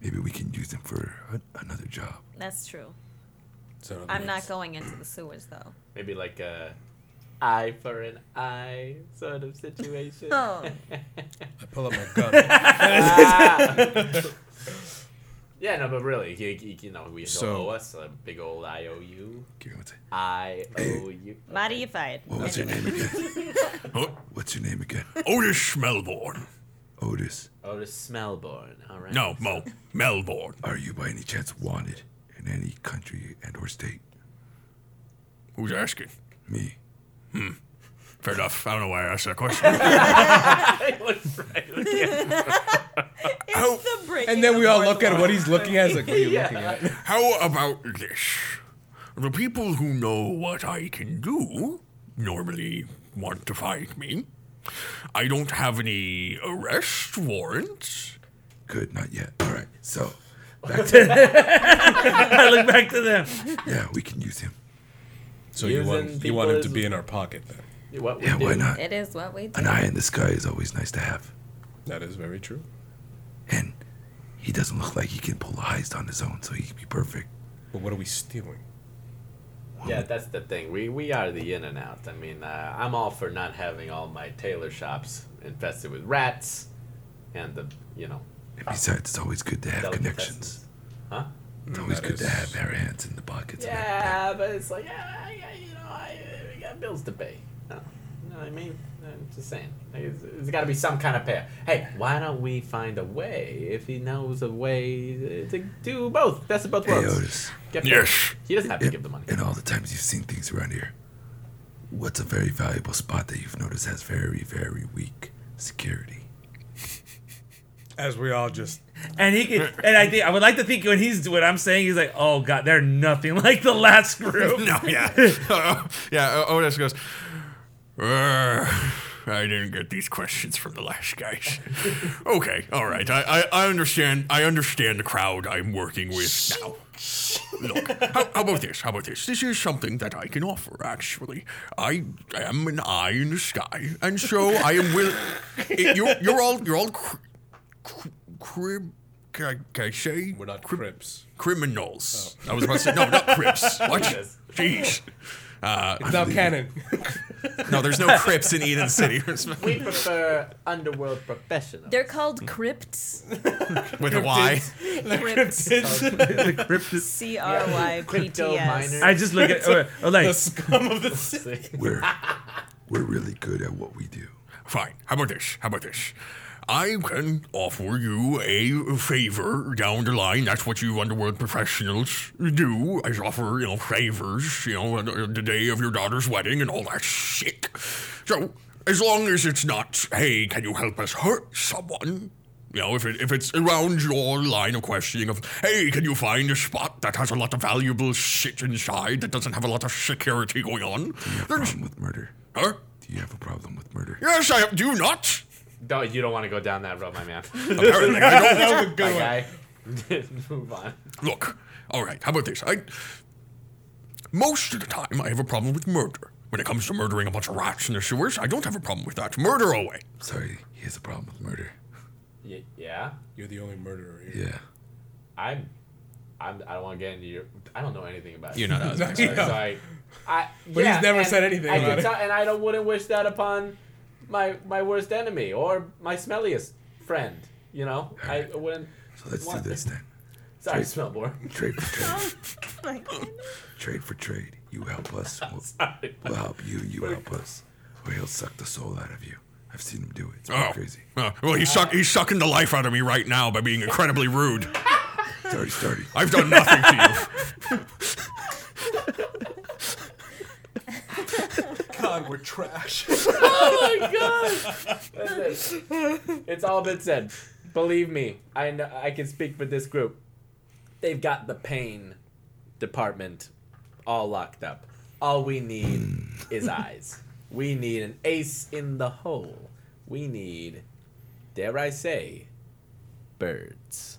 Maybe we can use him for a- another job. That's true. So I'm not going into the sewers though. Maybe like a eye for an eye sort of situation. Oh, I pull up my gun. Yeah, no, but really, you, you, you know, we So- owe us a big old IOU. Give me one sec. I O U. body fired. What was your name again? Huh? What's your name again? Otis Melbourne. Otis, Otis Smelborn. All right. No, Mo. Melbourne. are you by any chance wanted in any country and or state? Who's asking? Me. Fair enough. I don't know why I asked that question. The breaking And then of we all fourth look at wall. what he's looking at. It's Like, what are you looking at? How about this? The people who know what I can do normally want to find me. I don't have any arrest warrants. Good, not yet. All right, so back to I look back to them. yeah, we can use him. So you want- Using you want him to people be in our pocket then? What we Yeah, why do- not? It is what we do. An eye in the sky is always nice to have, That is very true. and he doesn't look like he can pull a heist on his own, so he could be perfect. But what are we stealing? Yeah, that's the thing. We we are the in and out. I mean, uh, I'm all for not having all my tailor shops infested with rats, and the you know. And besides, it's always good to have connections. delicatessen. Huh? It's always Mm, That good to is- have our hands in the pockets. of our back. Yeah, but it's like ah, I, I- you know, I, I got bills to pay. No, no, I mean, I'm just saying, Like, it's- it's got to be some kind of pair. Hey, why don't we find a way? If he knows a way to do both, best of both Hey, worlds. Otis. Get Yes. paid. He doesn't have to give the money. And all the times you've seen things around here, what's a very valuable spot that you've noticed has very, very weak security? As we all just And he can, and I think I would like to think when he's what I'm saying, he's like, oh god, they're nothing like the last group. No, Oh, yeah. Uh, yeah, O- Otis goes, "Urgh, I didn't get these questions from the last guys. okay, all right. I, I, I understand. I understand the crowd I'm working with now. Look, how, how about this? How about this? This is something that I can offer, actually. I am an eye in the sky, and so I am will. it- you're, you're all. You're all. Cr- cr- crib. Can I, can I say? we're not crips. criminals. I was about to say no, not Crips. What? Jeez. Uh, It's now canon. No, there's no Crips in Eden City We prefer underworld professionals. They're called crypts. with a Y. Crypts. The crypt- C R Y P Crypto T S. miner. I just look at uh, uh, like the scum of the city. We're, we're really good at what we do. Fine. How about this? How about this? I can offer you a favor down the line. That's what you underworld professionals do. I offer, you know, favors, you know, on the the day of your daughter's wedding and all that shit. So, as long as it's not, hey, can you help us hurt someone? You know, if, it, if it's around your line of questioning of, hey, can you find a spot that has a lot of valuable shit inside that doesn't have a lot of security going on? There's, Problem with murder. huh? Do you have a problem with murder? Yes, I do you not. No, you don't want to go down that road, my man. Apparently, I don't. Good guy. Move on. Look, all right, how about this? I most of the time I have a problem with murder. When it comes to murdering a bunch of rats in the sewers, I don't have a problem with that. Murder away. Oh. Sorry, he has a problem with murder. Y- yeah, You're the only murderer here. Yeah. I'm. I'm. I don't want to get into your. I don't know anything about You know that was my Sorry, sorry. I, But he's never and said anything I can about it. tell- and I don't wouldn't wish that upon my my worst enemy or my smelliest friend. You know, I wouldn't. So let's What? do this then. Sorry, Smellborn. Trade for trade. trade for trade. You help us. We'll, we'll help you. You help us. Or he'll suck the soul out of you. I've seen him do it. It's pretty Oh, crazy. uh, well, he's, suck, he's sucking the life out of me right now by being incredibly rude. It's already started. I've done nothing to God, we're trash. Oh my god! That's it. It's all been said. Believe me, I know, I can speak for this group. They've got the pain department all locked up. All we need is eyes. We need an ace in the hole. We need, dare I say, birds. you.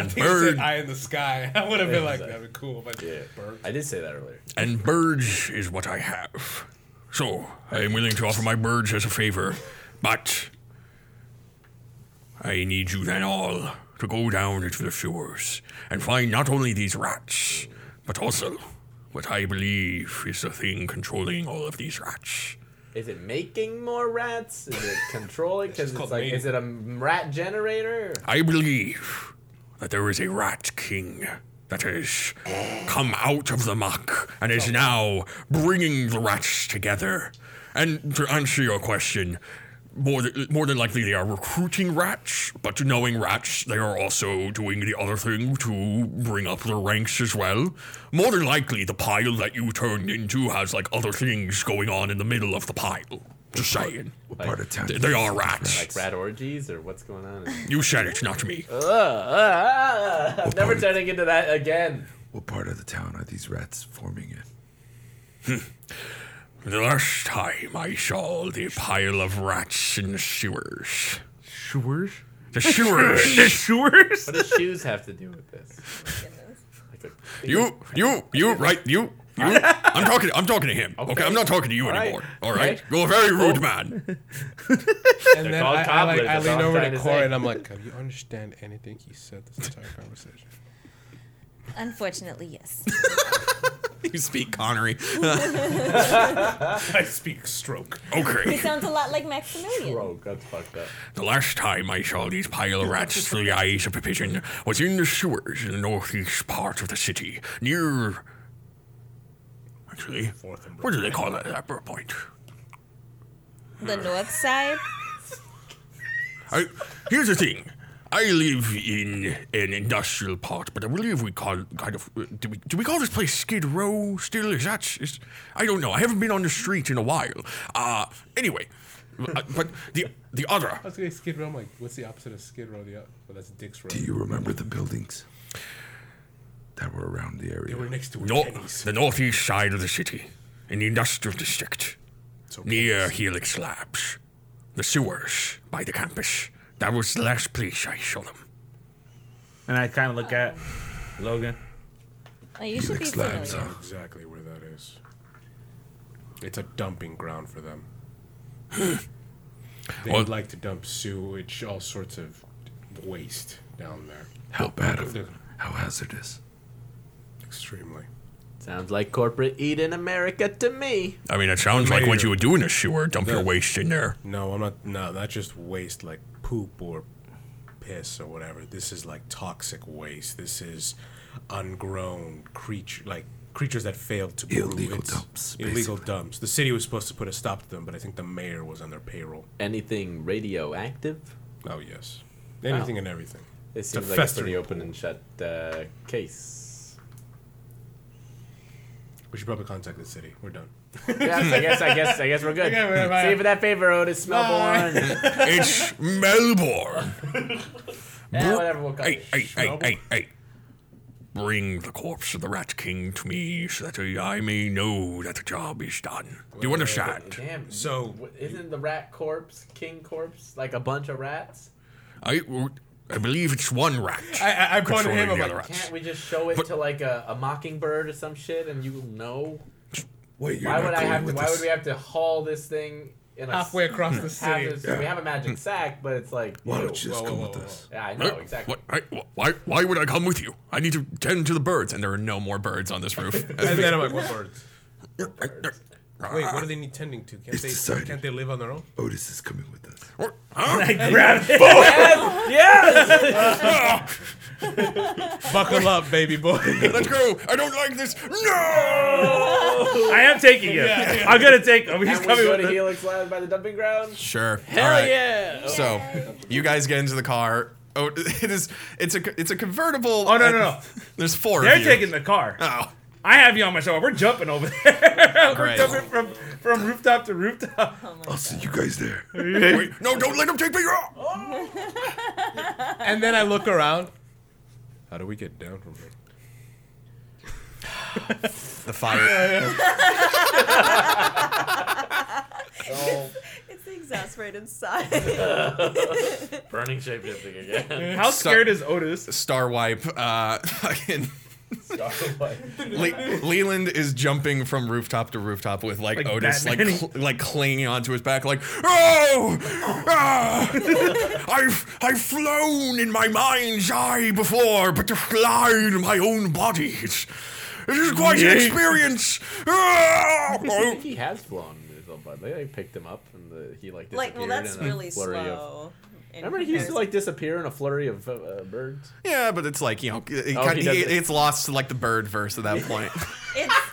And Bird. bird, Eye in the sky. I would have been like, Exactly. that'd be cool. But bird. I did say that earlier. and birds is what I have. So I am willing to offer my birds as a favor, but I need you then all to go down into the sewers and find not only these rats, but also what I believe is the thing controlling all of these rats. Is it making more rats? Is it controlling? Because it's, called like, mating. is it a rat generator? I believe that there is a rat king that has come out of the muck and is now bringing the rats together. And to answer your question, more th- more than likely they are recruiting rats, but knowing rats, they are also doing the other thing to bring up their ranks as well. More than likely, the pile that you turned into has like other things going on in the middle of the pile. Just saying. What part of town? They, do they you are think rats. that- Like rat orgies or what's going on? You said it, not me. Ugh, ah, I'm never Opponent. turning into that again. What part of the town are these rats forming in? The last time I saw the pile of rats in the sewers. Sewers? The sewers. Sewers? What does shoes have to do with this? Like a- you, you, you, right, you. You, I'm talking. I'm talking to him. Okay, Okay. I'm not talking to you All right. anymore. All Okay. right, you're a very rude man. And They're then called I, I, like, cobblers, I that's all lean I'm over trying to to Corey say. and I'm like, "Can you understand anything he said this entire conversation?" Unfortunately, yes. You speak Connery. I speak stroke. He Okay. sounds a lot like Maximilian. Bro, oh, that's fucked up. The last time I saw these pile of rats through the eyes of a pigeon was in the sewers in the northeast part of the city, near. Actually, what do they call that at that point? The north side. I, here's the thing. I live in an industrial part, but I believe we call kind of do we, do we call this place Skid Row still? Is that is, I don't know. I haven't been on the street in a while. Uh anyway, uh, but the the other I was gonna say Skid Row. I'm like, what's the opposite of Skid Row? The o- well, that's Dick's Row. Do you remember the buildings that were around the They area? were next to a nor- Kenny's. the northeast side of the city, in the industrial district, So near Helix Labs, the sewers by the campus. That was the last place I saw them. And I kind of look at Logan. Oh, you should be Helix Labs, familiar. huh? exactly where that is. It's a dumping ground for them. They Well- would like to dump sewage, all sorts of waste down there. How bad of how hazardous. Extremely. Sounds like corporate eat in America to me. I mean, it sounds like what Mayor. you would do in a sewer, dump your waste in there. No, I'm not. No, not just waste like poop or piss or whatever. This is like toxic waste. This is ungrown creature, like creatures that failed to brew. Illegal It's dumps, Illegal basically. dumps. The city was supposed to put a stop to them, but I think the mayor was on their payroll. Anything radioactive? Oh yes, anything and everything. It a seems like a festering pretty open and shut uh, case. We should probably contact the city. We're done. Yes, I guess, I guess, I guess we're good. Okay, bye, bye. See you for that favor, Otis Melbourne. It's Melbourne. yeah, whatever we'll call Hey, it. hey, hey, hey, hey. Bring the corpse of the Rat King to me so that I may know that the job is done. Do you understand? Damn. So- w- isn't the rat corpse king corpse like a bunch of rats? I, I believe it's one rat. I, I, I pointed controlling him. I'm the like, other Can't rats. we just show it But- to like a, a mockingbird or some shit and you will know? Wait, you're Why not would I going have to? with Why this. would we have to haul this thing in a s- halfway across the half city. this- We have a magic sack, but it's like. Why ew. don't you just whoa, come whoa, with whoa, whoa. us? Yeah, I Huh? know exactly. What, I, why, why would I come with you? I need to tend to the birds, and there are no more birds on this roof. And then I'm like, what birds? Wait, what do they? they need tending to? Can't It's they? decided. Can't they live on their own? Otis is coming with us. Oh, Buckle up, baby boy. Let's go! I don't like this. No! I am taking it. I'm gonna take him. He's And we coming go with to us. Helix Labs by the dumping ground. Sure. Hell All right. yeah! So, you guys get into the car. Oh, it is. It's a. It's a convertible. Oh, no, no, no. There's four. They're of you. taking the car. Oh, I have you on my shoulder. We're jumping over there. We're Great. jumping from, from rooftop to rooftop. I'll see you guys there. wait, no! Don't let them take me off. and then I look around. How do we get down from here? the fire. It's the exasperated side. Burning shapeshifting again. How scared is Otis? Star wipe. Uh, fucking. Le- Leland is jumping from rooftop to rooftop with like, Like Otis, like Batman. cl- like clinging onto his back, like oh, ah, I've I've flown in my mind's eye before, but to fly in my own body, it's, it is quite an experience. Ah! I Oh, think he has flown his own blood. They like picked him up and the, he like disappeared like, well, that's in a really flurry of. slow. in Remember, he used to comparison. like disappear in a flurry of uh, uh, birds. yeah, but it's like you know, it, Oh, kind he of, does it. it's lost to like the bird verse at that point. It's,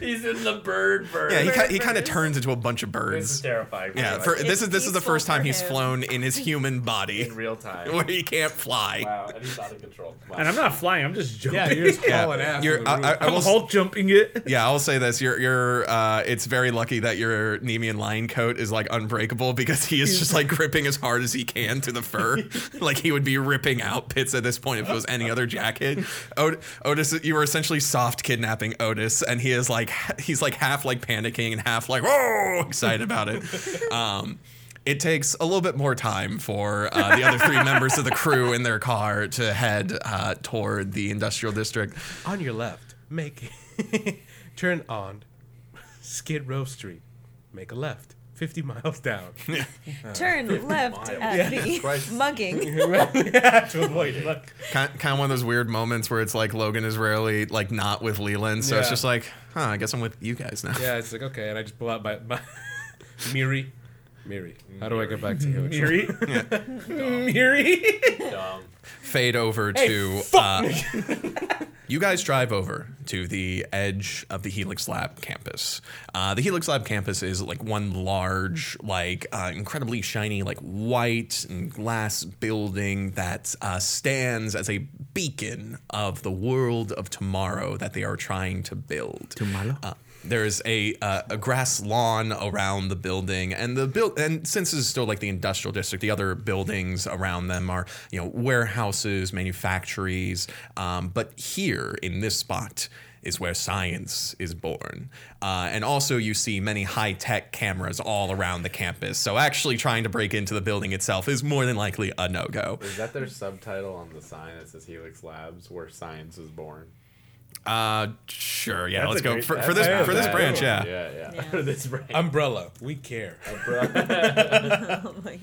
He's in the bird bird. Yeah, he, ki- he kind of turns into a bunch of birds. This is terrifying. for Yeah, him. for, this is this is the peaceful first time for he's him. flown in his human body, in real time. where he can't fly. Wow, and he's out of control. Wow. And I'm not flying. I'm just jumping. Yeah, you're just Yeah. calling ass. You're- on the I, I- roof. I I'm will, s- Hulk jumping it. yeah, I'll say this. You're, you're, uh, it's very lucky that your Nemean lion coat is like unbreakable because he is just like gripping as hard as he can to the fur. like he would be ripping out pits at this point if it was any other jacket. Od- Otis, you were essentially soft kidnapping Otis, and he is like, he's like half like panicking and half like, whoa, excited about it. Um, it takes a little bit more time for uh, the other three members of the crew in their car to head uh, toward the industrial district. on your left, make turn on Skid Row Street. Make a left, 50 miles down. Turn left at the mugging. to avoid it. kind, kind of one of those weird moments where it's like Logan is rarely like not with Leland, so it's Yeah. just like, huh, I guess I'm with you guys now. Yeah, it's like okay, and I just pull out my, my Miri. Miri. How do I get back to you? Miri. Miri. dumb. Fade over to uh, you guys drive over to the edge of the Helix Lab campus. Uh, the Helix Lab campus is like one large, like uh, incredibly shiny, like white and glass building that uh, stands as a beacon of the world of tomorrow that they are trying to build. Tomorrow. Uh, there's a uh, a grass lawn around the building, and the build and since this is still like the industrial district, the other buildings around them are you know warehouses, manufactories. Um, but here in this spot is where science is born, uh, and also you see many high tech cameras all around the campus. So actually trying to break into the building itself is more than likely a no go. Is that their subtitle on the sign that says Helix Labs, where science was born? Uh, sure, yeah, let's a go great- for, for this that's- for this that's- branch, yeah. Yeah, yeah. this brand. Umbrella. We care. Oh my God. yeah,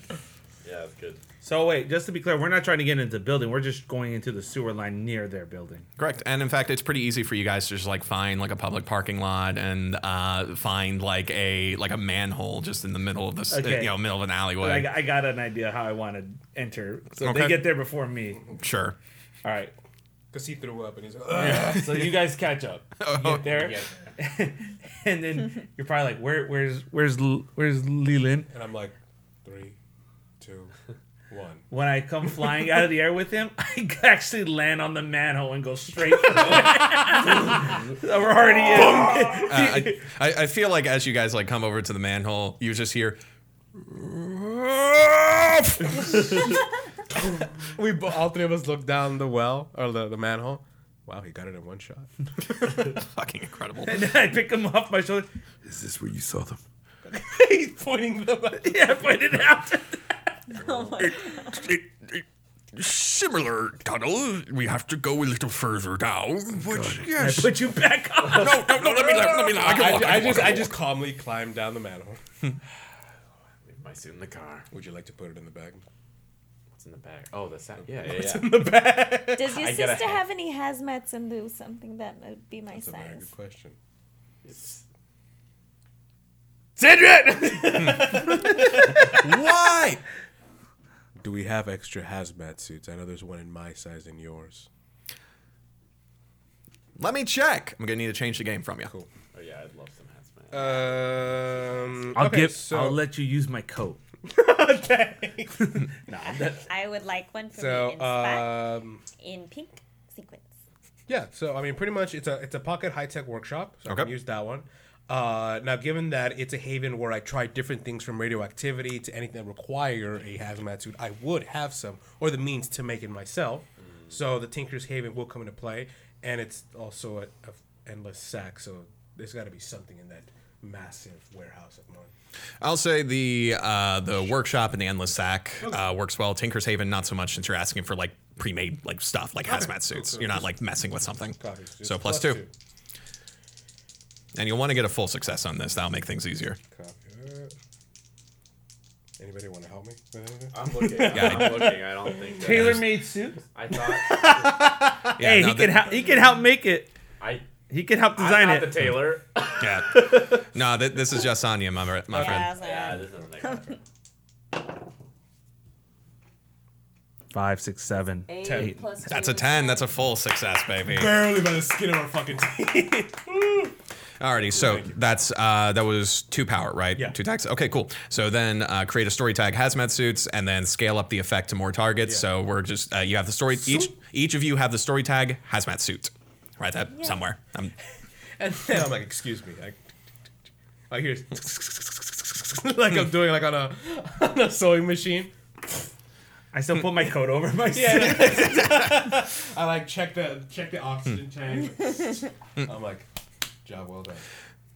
that's good. So wait, just to be clear, we're not trying to get into the building. We're just going into the sewer line near their building. Correct. And in fact, it's pretty easy for you guys to just like find like a public parking lot and uh, find like a like a manhole just in the middle of this, Okay. you know, middle of an I, alleyway. got- I got an idea how I want to enter. So Okay. they get there before me. sure. All right. Because he threw up and he's like, So you guys catch up. You get there, and then you're probably like, "Where, where's, where's, L- where's Leland?" and I'm like, three, two, one. When I come flying out of the air with him, I actually land on the manhole and go straight. for it. So We're already in. Uh, I, I I feel like as you guys like come over to the manhole, you just hear. We bo- all three of us looked down the well or the, the manhole. Wow, he got it in one shot. Fucking incredible. And then I pick him off my shoulder. Is this where you saw them? He's pointing them. Out. Yeah, pointed out. It, it, similar tunnel. We have to go a little further down. Which, I yes. put you back on. No, no, no. Let me. Let me. I I, can walk. I I, just just. I just calmly climbed down the manhole. Leave my suit in the car. Would you like to put it in the bag? What's in the bag? Oh, the sound. Yeah, yeah, yeah. Does your I get a sister hat. have any hazmats and do something that would be my That's a very good size? question. Why? Do we have extra hazmat suits? I know there's one in my size and yours. Let me check. I'm gonna need to change the game from you. Oh, yeah, I'd love some hats, man. Um, I'll okay, give. So, I'll let you use my coat. I would like one for me so in, spot, um, in pink sequins. yeah. So I mean, pretty much it's a it's a pocket high tech workshop. So I can Okay. use that one. Uh, now, given that it's a haven where I try different things from radioactivity to anything that require a hazmat suit, I would have some or the means to make it myself. Mm. So the Tinker's Haven will come into play, and it's also a, a endless sack. So there's got to be something in that massive warehouse of mine. I'll say the uh, the workshop and the endless sack uh, works well. Tinker's Haven not so much since you're asking for like pre-made like stuff like hazmat suits. You're not like messing with something. Copy. It's So plus, plus two. And you'll want to get a full success on this. That'll make things easier. Copy that. Anybody want to help me with anything? I'm looking. I'm looking. I don't think. that- Tailor made suit. I thought. Yeah, hey, no, he th- can help. He can help make it. I. He can help I'm design not it. the tailor. Yeah. no, th- this is just on you, my, my friend. yeah, this is like. Five, six, seven. Ten. That's a 10. That's a full success, baby. Barely by the skin of our fucking teeth. Alrighty, so that's uh, that was two power, right? Yeah. Two attacks. Okay, cool. So then uh, create a story tag hazmat suits, and then scale up the effect to more targets. So we're just uh, you have the story. Each each of you have the story tag hazmat suit. Write that somewhere. Um, I'm, And then I'm like, excuse me. I, I hear like I'm doing like on a on a sewing machine. I still put my coat over my. I like check the check the oxygen tank. I'm like, job Oh, well done.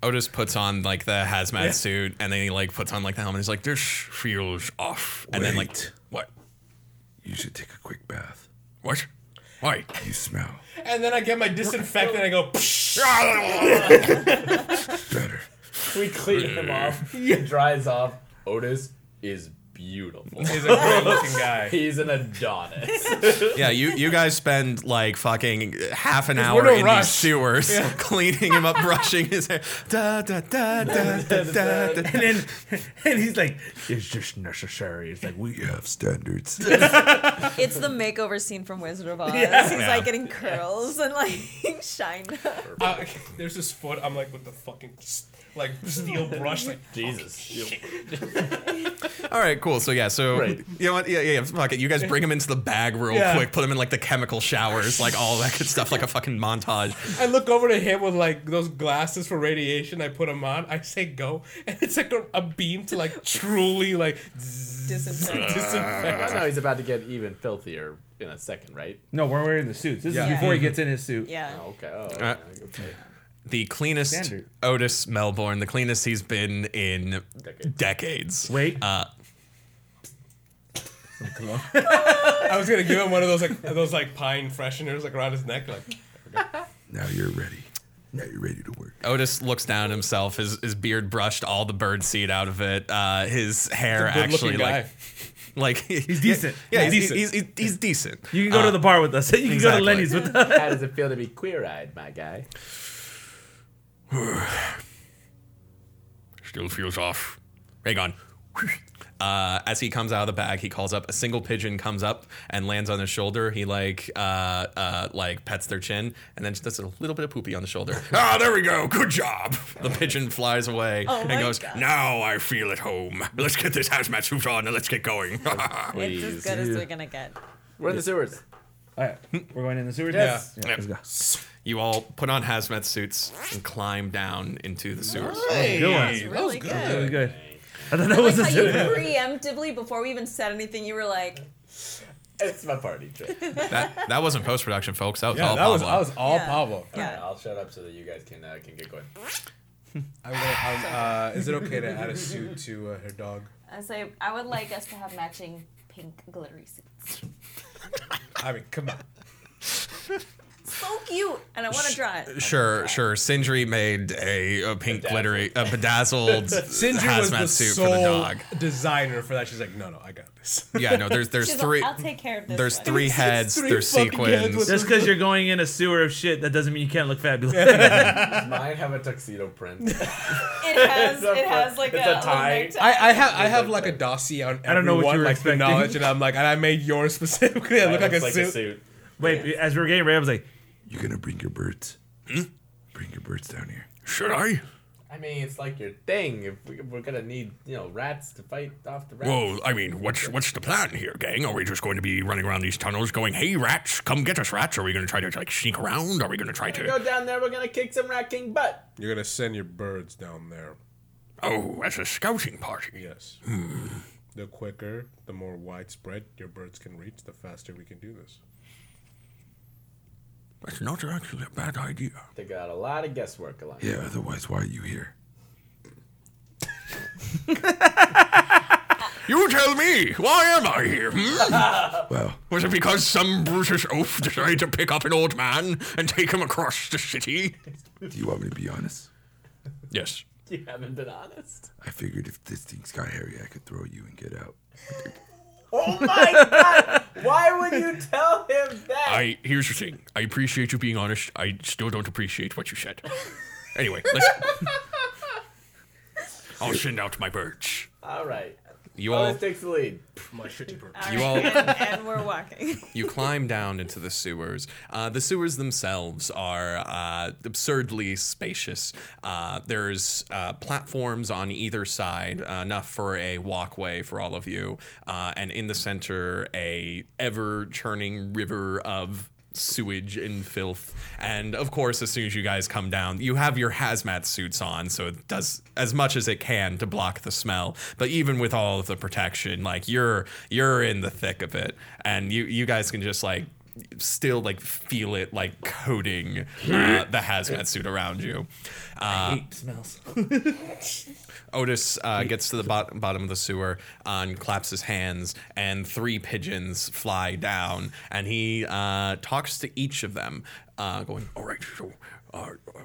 Otis puts on like the hazmat suit, and then he like puts on like the helmet. He's like, "This feels off," and then like, Wait. "What? You should take a quick bath. What? Why?" You smell And then I get my disinfectant and I go, better. We clean him off. He dries off. Otis is beautiful. he's a great looking guy. He's an Adonis. Yeah, you, you guys spend like fucking half an hour no in rush. these sewers, cleaning him up, brushing his hair. Da, da, da, da, da, da, da. And then, and he's like, "It's just necessary." It's like we. You have standards. It's the makeover scene from Wizard of Oz. He's Yeah. like getting curls and like shined up. Uh, there's this foot. I'm like with the fucking like steel brush. Like, Jesus. All right, cool. So yeah, so Right. you know what? Yeah, yeah, yeah, fuck it. You guys bring him into the bag real Yeah. quick, put him in like the chemical showers, like all that good stuff, like a fucking montage. I look over to him with like those glasses for radiation. I put them on. I say go, and it's like a, a beam to like truly like Disinfectant. I disinfect. know he's about to get even filthier in a second, right? No, we're wearing the suits. This Yeah. is before he gets in his suit. Yeah. Oh, okay. Oh, Uh, okay. The cleanest Standard. Otis Melbourne, the cleanest he's been in Decades. decades. Wait. Uh, I was gonna give him one of those like those like pine fresheners like around his neck. Like Now you're ready. Now you're ready to work. Oh. Otis looks down at himself. His, his beard brushed all the bird seed out of it. Uh, his hair good actually looking guy. like like he's decent. Yeah, Yeah. Uh, he's, he's, he's, he's decent. You can go to the bar with us. You can go to exactly. Lenny's with us. How does it feel to be queer-eyed, my guy? Still feels off. Raygon. Uh, as he comes out of the bag, he calls up. A single pigeon comes up and lands on his shoulder. He like uh, uh, like pets their chin and then just does a little bit of poopy on the shoulder. Ah, there we go. Good job. the pigeon flies away Oh and my goes. God. Now I feel at home. Let's get this hazmat suit on and let's get going. It's as Please. good as we're gonna get. We're in the sewers. All right, we're going in the sewer. Yes. Yeah, let's go. You all put on hazmat suits and climb down into the sewers. Good one. It's really That was good. good. I thought that was a Like how you sewer. preemptively, before we even said anything, you were like, It's my party trick. That that wasn't post production, folks. That was all that was Pablo. that was all Yeah. Pablo. Alright, yeah. I'll shut up so that you guys can uh, can get going. I will, i uh, is it okay to add a suit to uh, her dog? I say, I would like us to have matching pink glittery suits. I mean, come on. So cute, and I want to try it. Sure, sure. Sindri made a, a pink Bedazzled. glittery, a bedazzled Sindri was hazmat the suit sole for the dog. designer for that. She's like, no, no, I got this. Yeah, no. There's there's She's three. like, I'll take care of this. there's one." three heads. three there's fucking heads sequins. with- Just because you're going in a sewer of shit, that doesn't mean you can't look fabulous. Does mine have a tuxedo print? It has, It's a it has fr- like it's a, a tie. little necktie. I, I have I have like a dossier on everyone, I don't know what you were like the expecting. knowledge, and I'm like, and I made yours specifically. I look like, It a, looks suit. Wait, as we were getting ready, I was like, You're gonna bring your birds. Hmm? Bring your birds down here. Should I? I mean, it's like your thing. If we, we're gonna need, you know, rats to fight off the rats. Well, I mean, what's what's the plan here, gang? Are we just going to be running around these tunnels, going, "Hey, rats, come get us, rats"? Are we going to try to like sneak around? Are we going to try Go to? down there. We're gonna kick some rat king butt. You're gonna send your birds down there. Oh, as a scouting party. Yes. Hmm. The quicker, the more widespread your birds can reach, the faster we can do this. That's not actually a bad idea. They got a lot of guesswork along. Yeah, otherwise, why are you here? You tell me, why am I here? Hmm? Well, Was it because some brutish oaf decided to pick up an old man and take him across the city? do you want me to be honest? Yes. You haven't been honest. I figured if this thing's got hairy, I could throw you and get out. Oh my god! Why would you tell him that? I here's the thing. I appreciate you being honest. I still don't appreciate what you said. Anyway, let's. I'll send out my birds. All right. You Well, all this takes the lead. My shitty burger. All You right, all- and, and we're walking. you climb down into the sewers. Uh, the sewers themselves are uh, absurdly spacious. Uh, there's uh, platforms on either side, uh, enough for a walkway for all of you, uh, and in the center, a ever churning river of sewage and filth. And of course, as soon as you guys come down, you have your hazmat suits on, so it does as much as it can to block the smell. But even with all of the protection, like you're you're in the thick of it, and you you guys can just like still like feel it like coating uh, the hazmat suit around you. Uh, smells. Otis uh, gets to the bot- bottom of the sewer uh, and claps his hands, and three pigeons fly down, and he uh, talks to each of them, uh, going, All right, so, uh, uh,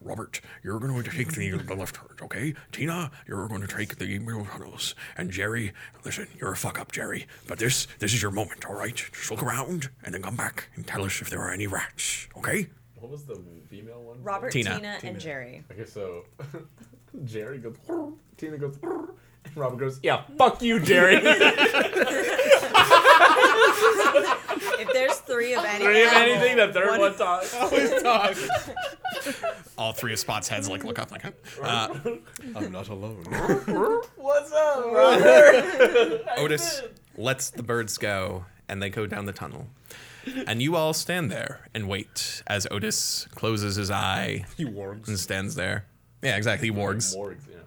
Robert, you're going to take the, the left turns, okay? Tina, you're going to take the middle tunnels. And Jerry, listen, you're a fuck up, Jerry, but this this is your moment, all right? Just look around and then come back and tell us if there are any rats, okay? What was the female one? Robert, Tina. Tina, and Jerry. Okay, so Jerry goes, "Brr," Tina goes, "Brr," and Robert goes, yeah, fuck you, Jerry. If there's three of any Three of animal, anything, the third what one talks. all three of Spot's heads like look up like, huh? uh, I'm not alone. What's up, Robert? Otis lets the birds go, and they go down the tunnel. And you all stand there and wait as Otis closes his eye You wargs. and stands there. Yeah, exactly. Wargs. Morgs, yeah.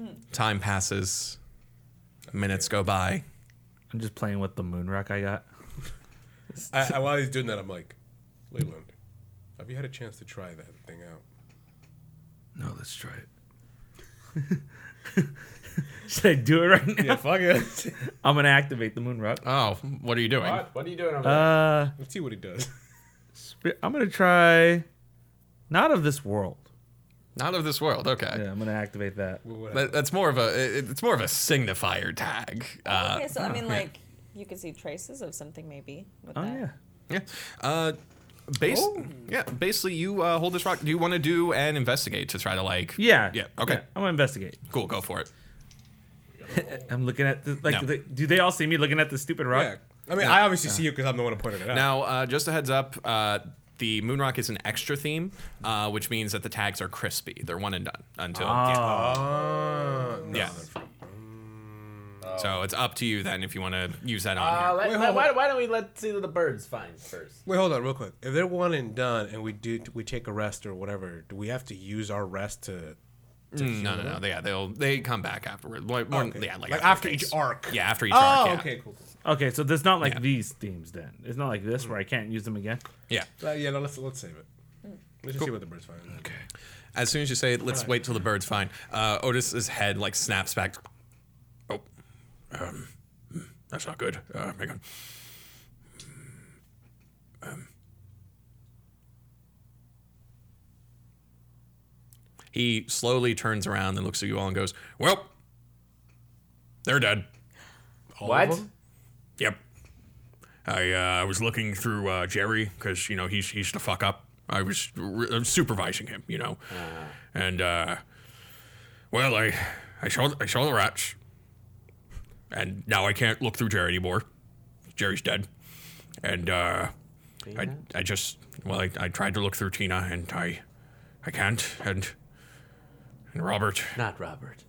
Wargs. Time passes. Minutes go by. I'm just playing with the moon rock I got. I, I, while he's doing that, I'm like, Leland, have you had a chance to try that thing out? No, let's try it. Should I do it right now? fuck it. I'm gonna activate the moon rock. Oh, what are you doing? What? What are you doing over there? Uh, Let's see what he does. sp- I'm gonna try. Not of this world. Not of this world. Okay. Yeah, I'm gonna activate that. That, that's more of a it- it's more of a signifier tag. Uh, Okay, so I mean, like, you could see traces of something maybe. With Oh that. yeah. yeah. Uh, base, yeah. Basically, you uh, hold this rock. Do you want to do and investigate to try to like? Yeah. Yeah. Okay. I'm gonna investigate. Cool. Go for it. I'm looking at the like. No. The, do they all see me looking at the stupid rock? Yeah. I mean, I obviously see you because I'm the one who pointed it out. Now, uh, just a heads up. Uh, the moon rock is an extra theme, uh, which means that the tags are crispy. They're one and done until. yeah. So it's up to you then if you want to use that on Uh, here. let, Wait, let- hold why, why don't we let see the birds find first? Wait, hold on, real quick. If they're one and done, and we do we take a rest or whatever, do we have to use our rest to? No, no, no. They, yeah, they'll they come back afterward. Like, more- yeah, like, Like after the each case. arc. Yeah, after each Oh, arc. Yeah. okay, cool. cool. Okay, so there's not like Yeah. these themes then. It's not like this where I can't use them again. Yeah. Uh, yeah, no, let's let's save it. Let's just see what the birds find. Okay. As soon as you say, "Let's wait till the bird's fine," uh, Otis's head like snaps back. Oh, um, That's not good. Uh, hang on. He slowly turns around and looks at you all and goes, "Well, they're dead." what? Yep. I uh, I was looking through uh, Jerry because you know he's he's the fuck up. I was re- I'm supervising him, you know, and uh, well, I I saw I saw the rats, and now I can't look through Jerry anymore. Jerry's dead, and uh, I I just well I, I tried to look through Tina and I I can't and and Robert Not Robert.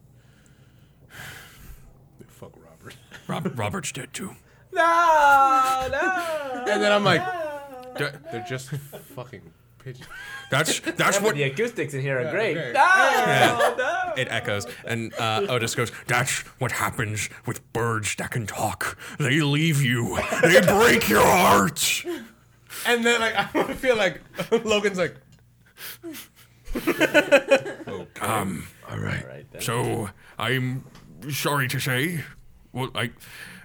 Fuck Robert. Rob, Robert's dead too. No, no. And then I'm like, That- they're just fucking pigeons. that's that's what the acoustics in here are great. okay. No, no. It echoes, and uh, Otis goes, That's what happens with birds that can talk. They leave you. They break your heart. And then like I feel like Logan's like, All right. Right then. So I'm sorry to say, well, I,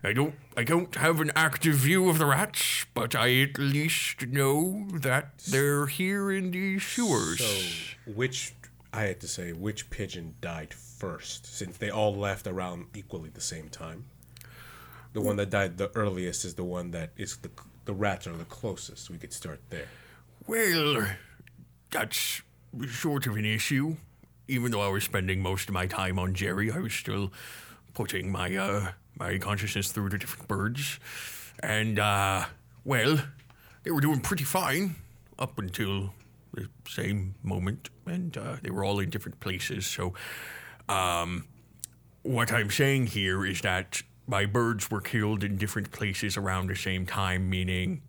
I don't, I don't have an active view of the rats, but I at least know that they're here in the sewers. so which I had to say which pigeon died first, since they all left around equally the same time. The one that died the earliest is the one that is the the rats are the closest. We could start there. Well, that's sort of an issue. Even though I was spending most of my time on Jerry, I was still putting my uh, my consciousness through to different birds, and uh, well, they were doing pretty fine up until the same moment, and uh, they were all in different places. So, um, what I'm saying here is that my birds were killed in different places around the same time, meaning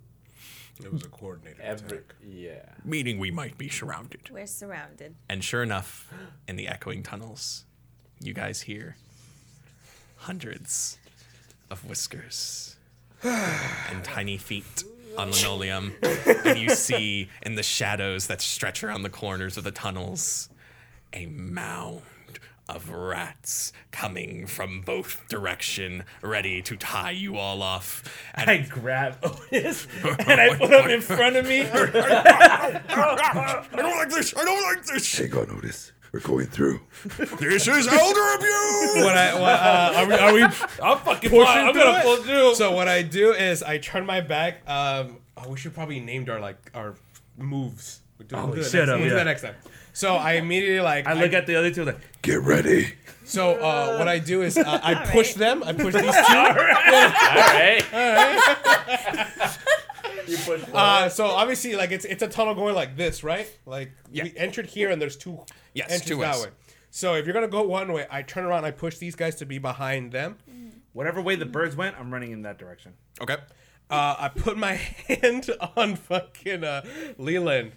It was a coordinated Every, attack. yeah. meaning we might be surrounded. We're surrounded. And sure enough, in the echoing tunnels, you guys hear hundreds of whiskers and tiny feet on linoleum. and you see in the shadows that stretch around the corners of the tunnels a mound of rats coming from both direction, ready to tie you all off. And I grab Otis and I put him in front of me. I don't like this. I don't like this. Hang on, Otis. We're going through. This is elder abuse. What I, what, uh, are we, are we I'm fucking fine. I'm through gonna it? pull through. So what I do is I turn my back. Um, oh, we should probably named our like our moves. We'll do, we'll do that shit, next- oh, we'll do yeah. that next time. So I immediately like I look at the other two like, Get ready. so uh, what I do is uh, I push them. I push these two. All right. you push Uh, so obviously like it's it's a tunnel going like this, right? Like we entered here and there's two Yes, entries two that ways. way. So if you're gonna go one way, I turn around. I push these guys to be behind them. whatever way the birds went, I'm running in that direction. okay. uh, I put my hand on fucking uh, Leland,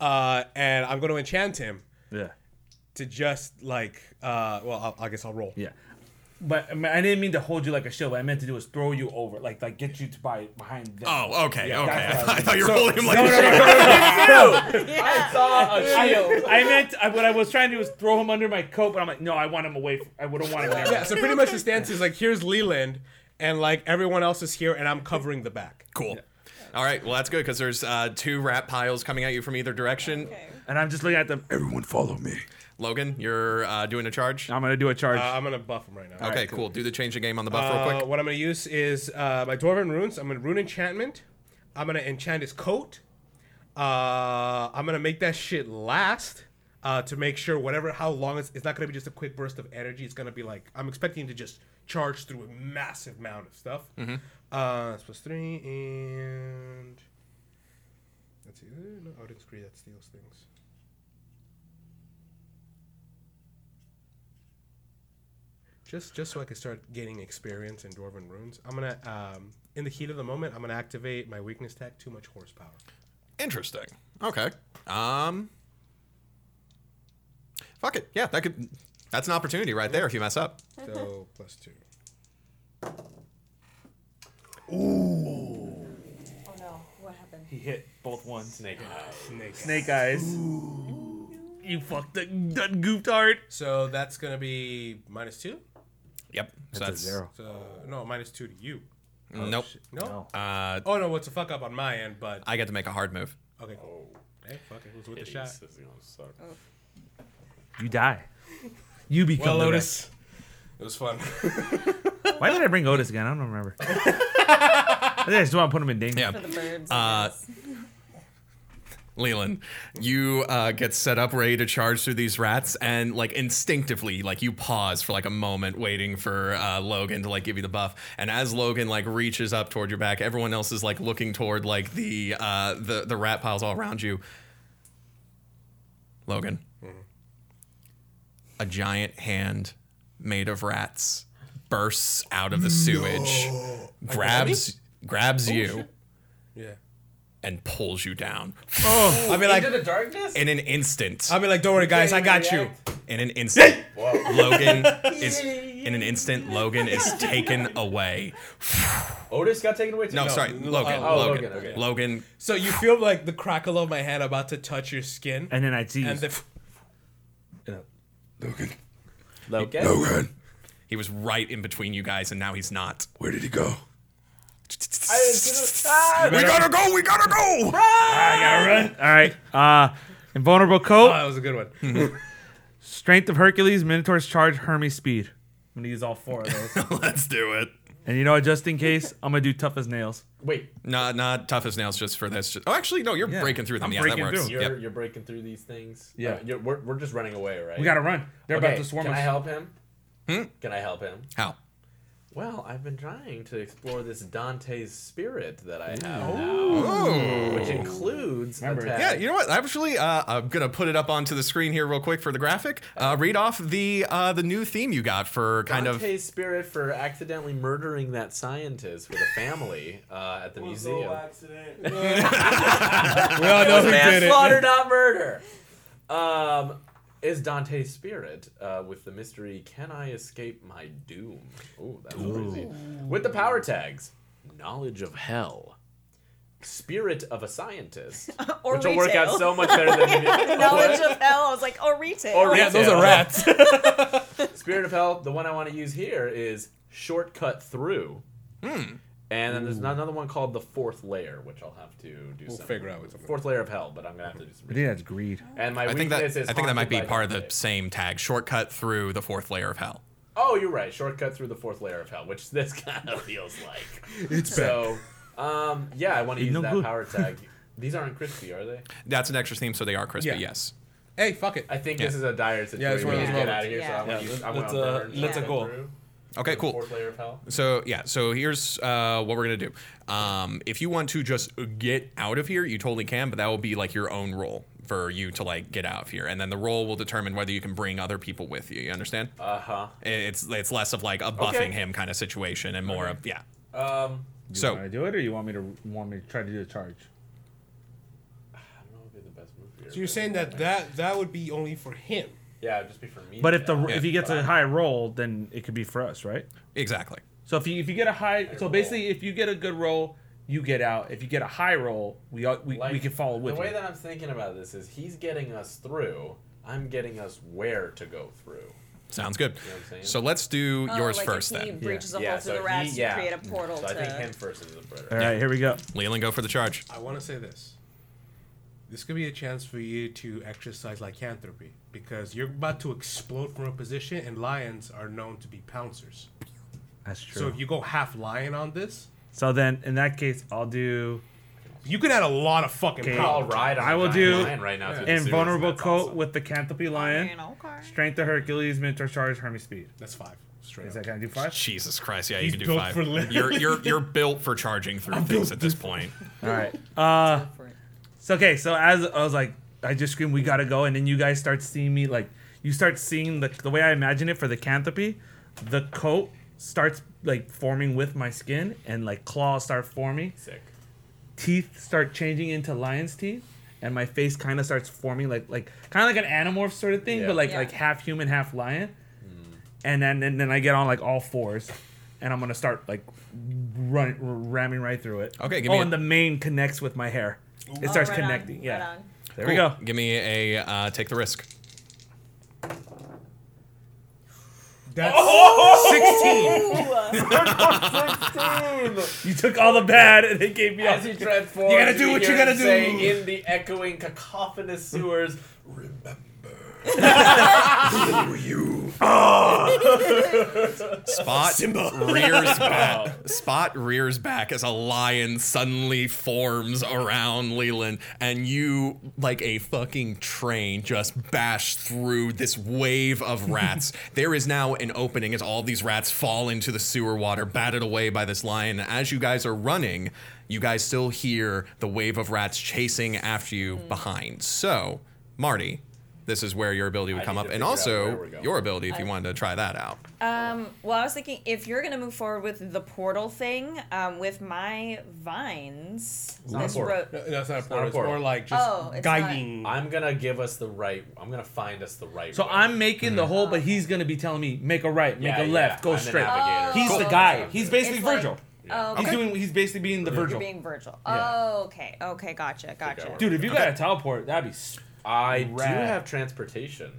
uh, and I'm going to enchant him Yeah, to just like, uh, well, I'll, I guess I'll roll. yeah. But I, mean, I didn't mean to hold you like a shield. What I meant to do was throw you over, like like get you to by behind them. Oh, okay, Yeah, okay. that's what I I was thought you were holding him like a I saw a shield. I meant I, what I was trying to do was throw him under my coat, but I'm like, no, I want him away. From, I wouldn't want him there. Yeah, so pretty much the stance is like, here's Leland, and like everyone else is here, and I'm covering the back. Cool. All right. Well, that's good because there's uh, two rat piles coming at you from either direction. And I'm just looking at them. Everyone follow me. Logan, you're uh, doing a charge. I'm gonna do a charge. Uh, I'm going to buff him right now. okay, cool. Do the change of game on the buff real Uh, quick. what I'm going to use is uh, my Dwarven runes. I'm going to rune enchantment. I'm going to enchant his coat. Uh, I'm going to make that shit last. Uh, to make sure whatever how long it's, it's not going to be just a quick burst of energy it's going to be like i'm expecting to just charge through a massive amount of stuff Mm-hmm. uh that's plus three and let's see uh, no, i would agree that steals things just just so I can start gaining experience in dwarven runes, I'm gonna um, in the heat of the moment, I'm gonna activate my weakness tag. Too much horsepower. Interesting. Okay. Um. Fuck it. Yeah, that could. That's an opportunity right there if you mess up. So plus two. Oh no, what happened? he hit both ones. Snake eyes. Snake. Snake eyes. You fucked that, that goofed hard. So that's gonna be minus two. Yep. So That's a zero. So no, minus two to you. Nope. No. Uh, Oh no, what's a fuck up on my end? But I get to make a hard move. okay. Cool. Hey, fuck it. Who's with the This shot? is gonna suck. You die. You Well, become the Otis, it was fun. wreck. Why did I bring Otis again? I don't remember. I think I just want to put him in danger. Yeah. For the birds. Uh, Leland, you uh, get set up ready to charge through these rats, and like instinctively, like you pause for like a moment, waiting for uh, Logan to like give you the buff. And as Logan like reaches up toward your back, everyone else is like looking toward like the uh, the the rat piles all around you. Logan, a giant hand made of rats bursts out of the sewage, grabs grabs you yeah. and pulls you down Oh, I mean, like, the darkness? in an instant. I mean, like, don't worry, guys, I got you. in an instant, Logan is in an instant. Logan is taken away. Otis got taken away too. No, sorry, Logan. oh, Logan. Logan, okay. Logan. So you feel like the crackle of my hand about to touch your skin, And then I see. and the Logan. Logan. Logan. He was right in between you guys, and now he's not. Where did he go? Ah! We gotta go. We gotta go. I gotta run. All right. Uh, invulnerable coat. oh, that was a good one. Strength of Hercules, Minotaur's Charge, Hermes Speed. I'm gonna use all four of those. Let's do it. and you know what? Just in case, I'm gonna do tough as nails. Wait, Not not tough as nails just for this. Oh, actually, no. You're Yeah. breaking through them. I'm yeah, breaking that works. through. you're Yep. you're breaking through these things. Yeah. Uh, you're, we're, we're just running away, right? We gotta run. They're Okay, about Hmm? to swarm can us. I help him? Can I help him? How? Well, I've been trying to explore this Dante's spirit that I have now, which includes attack- Yeah, you know what? Actually, uh, I'm gonna put it up onto the screen here real quick for the graphic. Uh, read off the uh, the new theme you got for kind of Dante's spirit for accidentally murdering that scientist with a family uh, at the museum. accident. We all know who did manslaughter, it. not murder. Um, is Dante's spirit uh, with the mystery? Can I escape my doom? Ooh, that's crazy. With the power tags, knowledge of hell, spirit of a scientist, Or which will work out retail. so much better than Knowledge of hell. I was like, oh, retail. Or Yeah, those are rats. Spirit of Hell, the one I want to use here is Shortcut Through. And then there's another one called The Fourth Layer, which I'll have to do We'll some. figure out what's up with Fourth Layer of Hell, but I'm going to have to do some I think research. that's greed. And my I think that weakness is I think that might be Haunted by part of the Dante. same tag. Shortcut through the fourth layer of hell. Oh, you're right. Shortcut Through the Fourth Layer of Hell, which this kind of feels like. It's so, um, yeah, I want to Ain't use no that good. power tag. These aren't crispy, are they? That's an extra theme, so they are crispy. Yeah. Yes. Hey, fuck it. I think this Yeah. is a dire Yeah, it's situation. one of those we need to get moments. out of here, so Yeah. I want to Yeah, use. I let's, want uh, to let's a goal. Okay, cool. Fourth Layer of Hell. So yeah, so here's uh, what we're gonna do. Um, if you want to just get out of here, you totally can, but that will be like your own role for you to like get out of here, and then the role will determine whether you can bring other people with you. You understand? Uh huh. it's it's less of like a buffing Okay. him kind of situation and more of yeah. Um, So want to do it, or you want me to want me to try to do the charge? I don't know what would be the best move here. So you're but- saying that that that would be only for him. Yeah, it'd just be for me. But if the now. if he gets a high roll, then it could be for us, right? exactly. So if you if you get a high, so roll. basically if you get a good roll, you get out. If you get a high roll, we all- we, we Like, can follow with The way you. that I'm thinking about this is he's getting us through. I'm getting us where to go through. Sounds good. know what I'm saying? so let's do Oh, yours like first if he then. breaches a Yeah, hole through so the rats he- to yeah. create a portal So to. I think him first is the better. All right, here we go. Leland, go for the charge. I want to say this. This could be a chance for you to exercise lycanthropy because you're about to explode from a position, and lions are known to be pouncers. That's So true. if you go half lion on this, So then in that case, I'll do you could add a lot of fucking Okay. power. I'll ride on I a will giant do lion right now. through the invulnerable sewers, coat that's awesome. with the Canthopy Lion, Okay. Strength of Hercules, Mentor Charge, Hermes Speed. That's five. Straight Is up. that gonna do five? Jesus Christ, yeah, He's you can do built five. for living. You're you're you're built for charging through things at this point. All right. Uh, so okay. So as I was like, I just screamed, "We gotta go!" And then you guys start seeing me like, you start seeing the the way I imagine it for the canthopy, the coat starts like forming with my skin, and like claws start forming, Sick. teeth start changing into lion's teeth, and my face kind of starts forming like like kind of like an animorph sort of thing, Yeah. but like Yeah. like half human, half lion. And then and then I get on like all fours, and I'm gonna start like run, ramming right through it. Okay, give oh, me a- and the mane connects with my hair. It Oh, starts connecting. yeah. There we Cool. go. Give me a uh, take the risk. That's Oh, 16. Ah. You took all the bad and they gave me all. As he transforms, You gotta do what you hear him gotta do. saying in the echoing cacophonous sewers. Spot rears back. Spot rears back as a lion suddenly forms around Leland, and you, like a fucking train, just bash through this wave of rats. there is now an opening as all these rats fall into the sewer water, batted away by this lion. As you guys are running, you guys still hear the wave of rats chasing after you Hmm. behind. So, Marty, this is where your ability would I come need up, to and figure out where we're also going. your ability if you wanted to try that out. Well, I was thinking if you're gonna move forward with the portal thing, um, with my vines, not a this portal. road. No, that's not a not a portal. It's portal. more like just Oh, it's guiding. I'm gonna give us the right. I'm gonna find us the right. So way. I'm making the hole, but he's gonna be telling me make a right, make Yeah, a yeah, left, go I'm the straight. navigator. He's Cool. the guy. He's basically It's like- Virgil. Oh, He's doing. He's basically being the You're Virgil. being Virgil. Yeah. Oh, okay. Okay, gotcha, gotcha. works. Dude, if you got a teleport, that'd be. s- I do Rad. have transportation.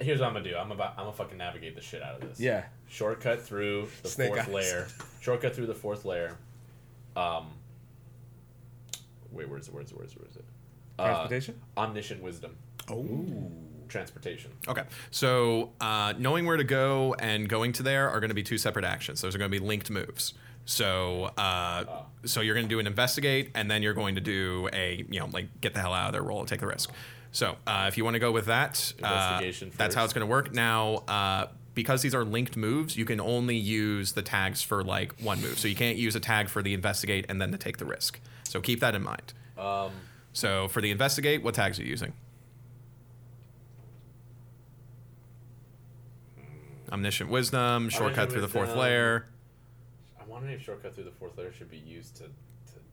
Here's what I'm gonna do. I'm about. I'm gonna fucking navigate the shit out of this. Yeah. Shortcut through the Snake eyes. fourth layer. Shortcut through the fourth layer. Um. Wait, where's it? Where's it? Where's it? Where's it? Uh, Transportation. omniscient wisdom. Oh. Transportation. Okay, so uh, knowing where to go and going to there are going to be two separate actions. Those are going to be linked moves. So, uh, so you're going to do an investigate, and then you're going to do a you know like get the hell out of there roll and take the risk. So, uh, if you want to go with that, uh, Investigation that's how it's going to work. Now, uh, because these are linked moves, you can only use the tags for like one move. So you can't use a tag for the investigate and then to take the risk. So keep that in mind. Um, So for the investigate, what tags are you using? Omniscient wisdom, shortcut through the fourth Wisdom. layer. I want to name shortcut through the fourth layer should be used to. to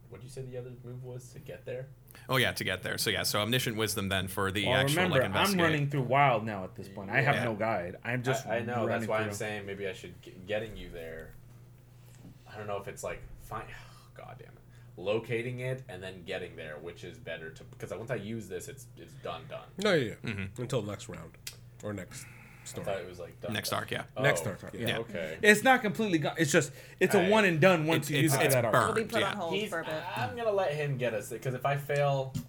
what did you say the other move was to get there? Oh yeah, to get there. So yeah, so omniscient wisdom then for the Well, actual remember, like I'm investigate. running through wild now at this point. I have Yeah. no guide. I'm just. I, I know that's running why I'm through. saying maybe I should get, getting you there. I don't know if it's like fine. God damn it, locating it and then getting there, which is better to because once I use this, it's it's done done. No, yeah, yeah. Mm-hmm. Until next round or next I story. thought it was like done. Next done. arc, yeah. Oh, Next arc, yeah. Yeah. Okay. It's not completely gone. It's just it's a Alright. one and done once It's, you use it's, it for it's that We'll be burned. put Yeah. on hold He's, for a bit. I'm gonna let him get us because if I fail, the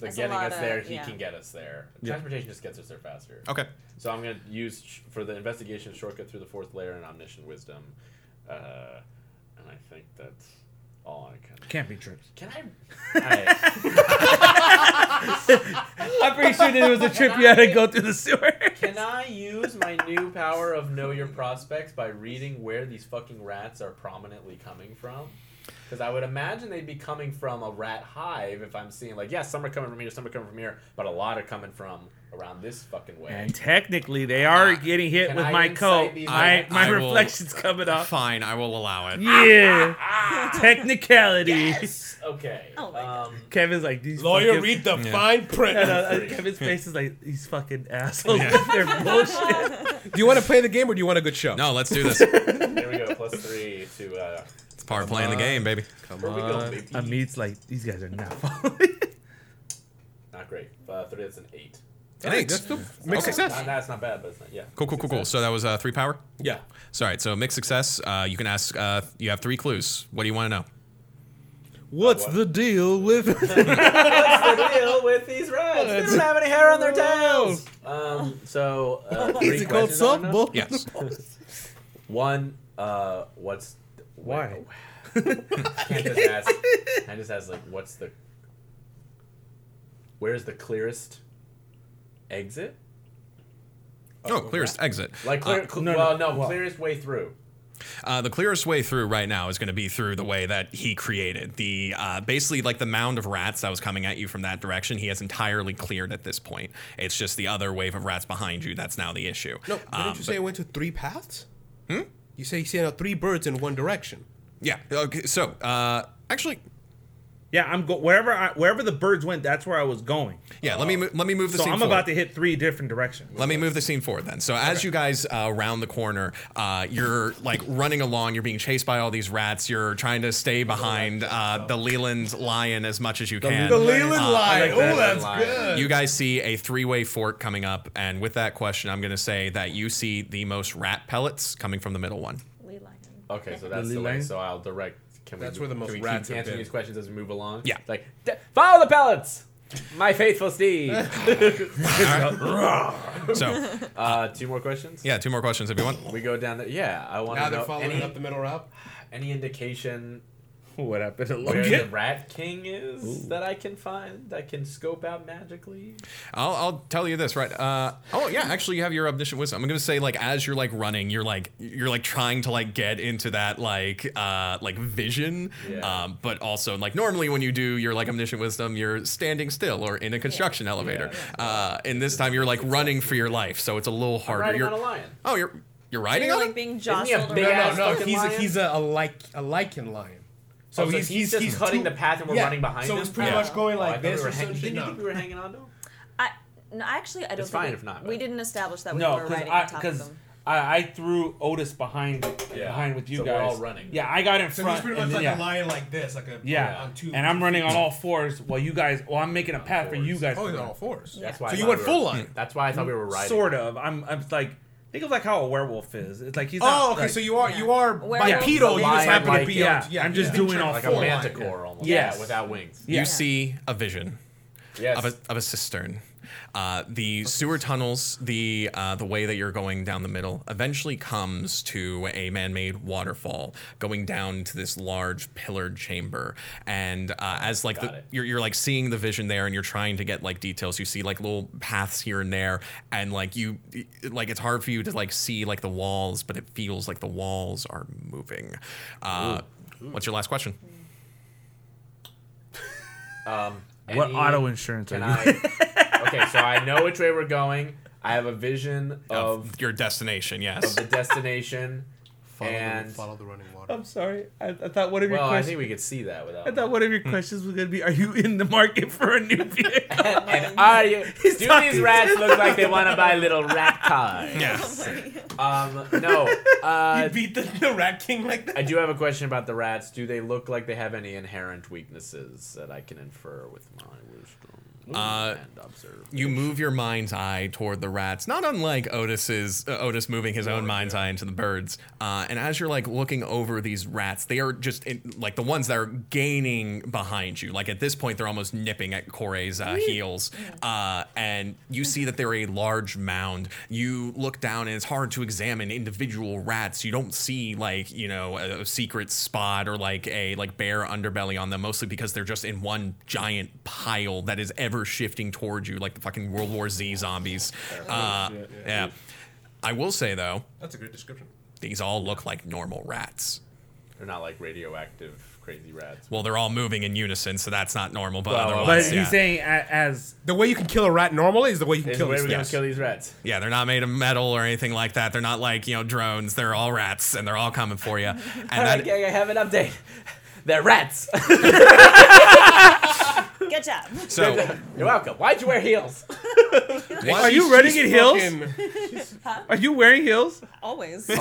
There's a getting lot us there, of- he yeah. can get us there. Transportation just gets us there faster. Okay. So I'm gonna use sh- for the investigation shortcut through the fourth layer and omniscient wisdom, uh, and I think that's all I can. camping trips. Can I? I I'm pretty sure that it was a trip you had to go through the sewer. can I use my new power of know your prospects by reading where these fucking rats are prominently coming from? Because I would imagine they'd be coming from a rat hive if I'm seeing like, yeah, some are coming from here, some are coming from here, but a lot are coming from around this fucking way. And technically, they are getting hit Can with I my insight coat. these I, rats? my I will- reflection's coming up. Fine, I will allow it. Yeah, technicality. yes. Okay. Oh my God. um, Kevin's like these. Lawyer, fucking- read the fine print. No, no, no, Kevin's face is like these fucking assholes. They're bullshit. Do you want to play the game or do you want a good show? No, let's do this. It's There we go. Plus three to. Uh, part of playing the game, baby. where we go, baby? Uh, Amit's like these guys are not following. Not great. Uh, three. That's an eight. Hey, that's the make Not, success. that's not bad, but it's not. Yeah. Cool, cool, cool, cool. So that was uh, three power. Yeah. So, all right, so mixed success. Uh, you can ask. Uh, you have three clues. What do you want to know? What's What? the deal with? deal with these rats? They don't have any hair on their tails. Um, so Is uh, three it called questions on them? softball? Yes. One, uh, what's Why? Can just ask. Can just ask like, what's the? Where's the clearest exit? Oh, clearest exit. Like clear, Uh, cl- no, well, no, no, well- clearest way through. Uh, the clearest way through right now is going to be through the way that he created the uh, basically like the mound of rats that was coming at you from that direction. He has entirely cleared at this point. It's just the other wave of rats behind you that's now the issue. No, didn't Um, Ah, you but- say it went to three paths? Hmm? You say you sent out three birds in one direction. yeah. Okay, so uh, actually, Yeah, I'm go wherever I, wherever the birds went. That's where I was going. yeah. let me mo- let me move the So scene I'm forward. about to hit three different directions. Let me move the scene forward then. So as you guys uh, round the corner, uh, you're like running along. You're being chased by all these rats. You're trying to stay behind uh, the Leland lion as much as you can. Leland line. like that. Oh, Leland that's line. good. You guys see a three-way fork coming up, and with that question, I'm going to say that you see the most rat pellets coming from the middle one. Lee Lion. Okay, so that's Lily the way. Lane? So I'll direct. Can That's we, where the most can we rats keep have answering been. these questions as we move along? Yeah. Like "D- follow the pellets, my faithful steed. So uh, two more questions. yeah, two more questions if you want. We go down there. Yeah, I want Now to they're know following any, up the middle route. any indication What happened to where the Logan? Rat King is that I can find that can scope out magically. I'll, I'll tell you this right. Uh, oh yeah, actually you have your omniscient wisdom. I'm gonna say like as you're like running, you're like you're like trying to like get into that like uh, like vision. Yeah. Um, but also like normally when you do your like omniscient wisdom, you're standing still or in a construction elevator. Uh, and this time you're like running for your life, so it's a little harder. Riding you're, on a lion. Oh, you're you're riding You're on like it. being he a jostled big around. ass- fucking lion? Oh, a, a like a lichen lion. Oh, so he's just cutting the path and we're running behind So him? he's pretty Yeah. much going Oh, I like thought this. we were or hang- something. Didn't you No. think we were hanging on to him? I, no, actually, I don't. It's think fine we, if not, We but- didn't establish that we No, were because riding I on top of because them. I, I threw Otis behind Yeah. behind with you So we're guys. all running. Yeah, I got in So he's front. pretty and much like a then- yeah. lion like this, like a Yeah, on two. and I'm running on all fours while you guys. Well, I'm making a path for you guys. Oh, to he's run. on all fours. That's why. So I you thought went we full were- lion. That's why I thought we were riding. Sort of. I'm. I'm like. Think of like how a werewolf is. It's like he's. Oh, not, okay. like- So you are you are Where bipedal. else? You just happen to Lion-like, be. yeah. on- I'm just you doing picture all like Like a a four. lion. manticore almost. Yes. Yeah, without wings. You Yeah. see a vision Yes. of a of a cistern. Uh, the sewer tunnels, the uh, the way that you're going down the middle, eventually comes to a man-made waterfall going down to this large pillared chamber. And uh, as like the, you're you're like seeing the vision there, and you're trying to get like details. You see like little paths here and there, and like you like it's hard for you to like see like the walls, but it feels like the walls are moving. Uh, what's your last question? Um, What any- auto insurance are can you- I- okay, so I know which way we're going. I have a vision of, Your destination, of yes. the destination. Follow, and the, follow the running water. I'm sorry. I, I thought one of your well, I questions. think we could see that without. I thought one of your questions was gonna be, "Are you in the market for a new vehicle?" and are you? He's do talking these rats to- look like they want to buy little rat cars? Yes. Um, no. Uh, Beat the, the Rat King like that. I do have a question about the rats. Do they look like they have any inherent weaknesses that I can infer with my wisdom Uh, and observe? You move your mind's eye toward the rats, not unlike Otis's uh, Otis moving his own mind's eye into the birds. Uh, and as you're like looking over these rats, they are just in, like the ones that are gaining behind you. Like at this point, they're almost nipping at Corey's uh, heels. Uh, and you see that they're a large mound. You look down, and it's hard to examine individual rats. You don't see like you know a, a secret spot or like a like bare underbelly on them, mostly because they're just in one giant pile that is ever shifting towards you, like the fucking World War Z zombies. Uh, yeah. I will say though, That's a great description. these all look like normal rats. They're not like radioactive crazy rats. Oh, Well, they're all moving in unison, so that's not normal. But Well, otherwise, but yeah. he's saying a- as The way you can kill a rat normally is the way you can Is the kill way this we're thing. gonna kill these rats. Yeah, they're not made of metal or anything like that. They're not like, you know, drones. They're all rats and they're all coming for you. And All that, right, gang, I have an update. They're rats. Good job. so You're welcome. Why'd you wear heels? Are you running in heels? Are you wearing heels? Always. Oh.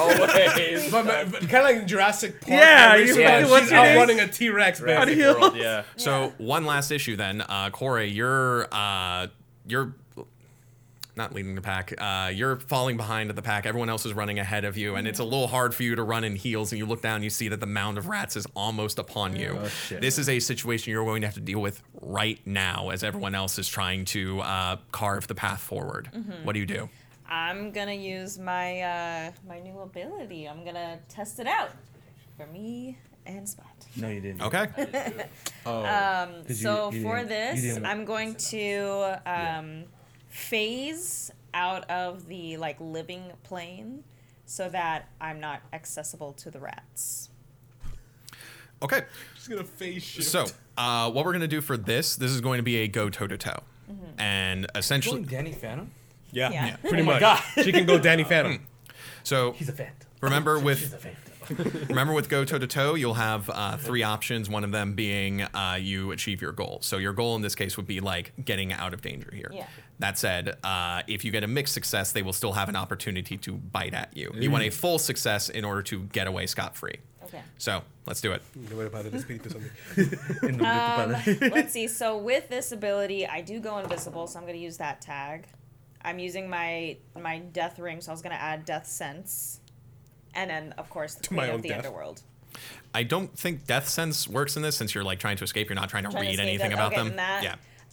Always. kind of like in Jurassic Park. Yeah, every you- single yeah, time what's she's your out name? running a T Rex, Are man. heels? yeah. so one last issue then. Uh Corey, you're uh you're not leading the pack. Uh, you're falling behind at the pack. Everyone else is running ahead of you, and it's a little hard for you to run in heels. And you look down, you see that the mound of rats is almost upon you. Oh, This is a situation you're going to have to deal with right now, as everyone else is trying to uh, carve the path forward. Mm-hmm. What do you do? I'm gonna use my uh, my new ability. I'm gonna test it out for me and Spot. No, you didn't. Okay. Um, 'Cause you- so you for didn't- you this, didn't- I'm going to um, phase out of the like living plane so that I'm not accessible to the rats. Okay. She's gonna face shit. So, uh, what we're going to do for this, this is going to be a go toe to toe. And essentially, Danny Phantom. yeah, Yeah. pretty much. she can go Danny Phantom. Hmm. so He's a phantom. remember with remember with go toe to toe, you'll have uh, three options. One of them being uh, you achieve your goal. So your goal in this case would be like getting out of danger here. Yeah. That said, uh, if you get a mixed success, they will still have an opportunity to bite at you. Mm. You want a full success in order to get away scot free. Okay. So let's do it. No way to bother this people, something. Um, let's see. So with this ability, I do go invisible, so I'm gonna use that tag. I'm using my my death ring, so I was gonna add death sense, and then of course the my queen own of the death. underworld. I don't think death sense works in this since you're like trying to escape. You're not trying to Trying to read escape anything death. about Okay, them. and that-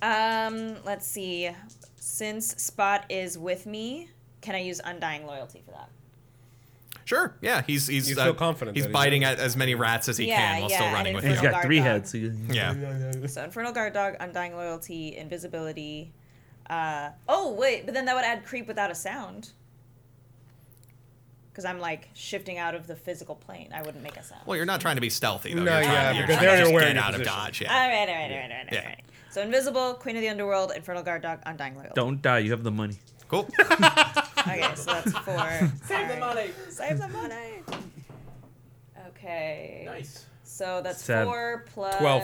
Yeah. Um, let's see. Since Spot is with me, can I use undying loyalty for that? Sure. Yeah, he's he's uh, He's so confident He's that he's biting not- at as many rats as he Yeah, can while yeah, still and running in with And them. he's Guard got three dog. heads. so you- Yeah. So Infernal Guard Dog, Undying Loyalty, Invisibility. Uh, oh wait, but then that would add creep without a sound. Because I'm like shifting out of the physical plane. I wouldn't make a sound. Well, you're not trying to be stealthy though. No, you're trying, yeah, you're because trying they're to just aware get of out of your dodge. All Yeah. right, all right, all right, all right, all right, Yeah. all right. So Invisible, Queen of the Underworld, Infernal Guard Dog, Undying Loyalty. Don't die. You have the money. Cool. Okay, so that's four. Save Alright. the money. Save the money. Okay. Nice. So that's Seven. four plus. Twelve.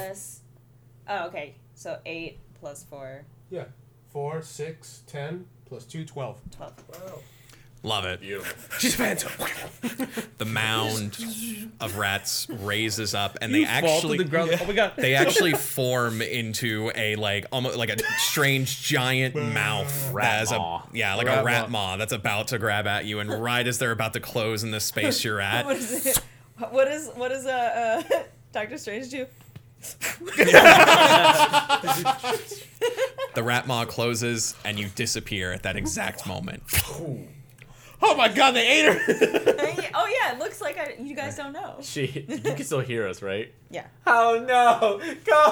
Oh, okay. So eight plus four, Yeah. Four, six, ten, plus two, twelve. twelve. Love it. Beautiful. She's a phantom. The mound of rats raises up and You they fall to actually the ground. Oh my god. they actually form into a like almost like a strange giant mouth Rat as a- maw. yeah like a rat maw. that's about to grab at you and right as they're about to close in the space you're at What is it? What is what is uh, uh Doctor Strange do? The rat maw closes, and you disappear at that exact moment. Oh my god, they ate her! oh yeah, it looks like I, you guys don't know. She, you can still hear us, right? Yeah. Oh no,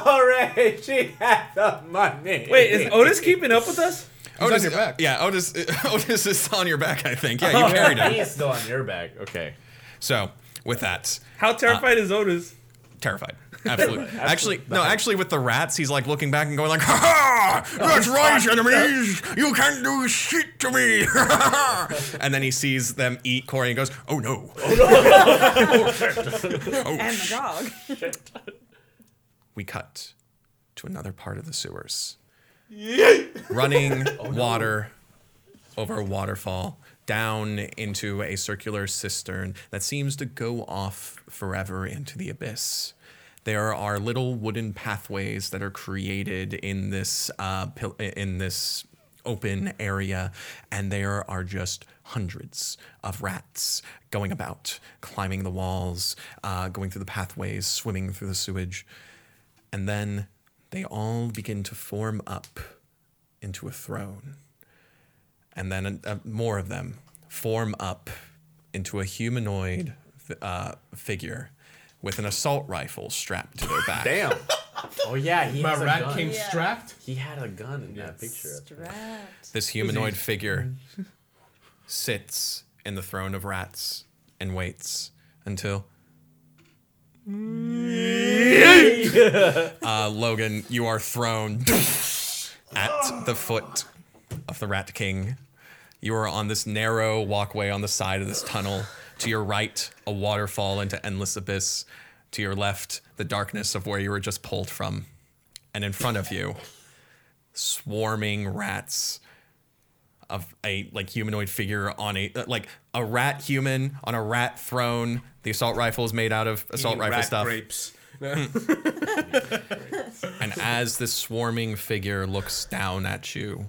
Corey! She had the money. Wait, is Otis keeping up with us? Otis, Yeah, Otis, Otis is on your back, I think. Yeah, you carried him. He's still on your back. Okay. So, with that, How terrified is Otis? terrified. Absolutely. actually, no. Actually, with the rats, he's like looking back and going like, "Ha ha! That's right, enemies! You can't do shit to me!" and then he sees them eat Corey and goes, "Oh no! Oh no! oh And the dog. we cut to another part of the sewers. Running water over a waterfall down into a circular cistern that seems to go off forever into the abyss. There are little wooden pathways that are created in this uh, pil- in this open area, and there are just hundreds of rats going about, climbing the walls, uh, going through the pathways, swimming through the sewage. And then they all begin to form up into a throne. And then uh, more of them form up into a humanoid uh, figure with an assault rifle strapped to their back. Damn. Oh yeah, he My has a rat gun. came Yeah. strapped. He had a gun in that picture. Strapped. This humanoid figure sits in the throne of rats and waits until. uh, Logan, you are thrown at the foot of the Rat King. You are on this narrow walkway on the side of this tunnel. To your right, a waterfall into endless abyss. To your left, the darkness of where you were just pulled from. And in front of you, swarming rats of a like humanoid figure on a like a rat human on a rat throne. The assault rifle is made out of assault Eating rifle rat stuff. Grapes. And as this swarming figure looks down at you,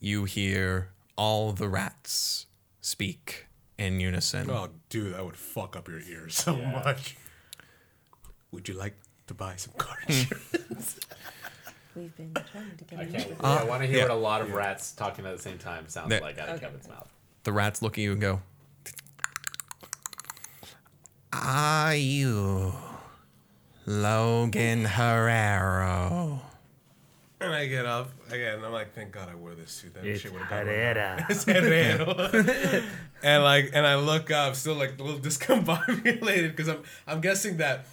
you hear all the rats speak in unison. Oh, dude, that would fuck up your ears so much. Would you like to buy some car insurance? We've been trying to get I him. can't. yeah, I want to hear yeah. what a lot of rats talking at the same time sounds There- like out of Okay. Kevin's mouth. The rats look at you and go, Are you Logan Herrero? and I get up again. I'm like, thank God I wore this suit. That shit would have been Herrera. and like, and I look up, still like a little discombobulated because I'm, I'm guessing that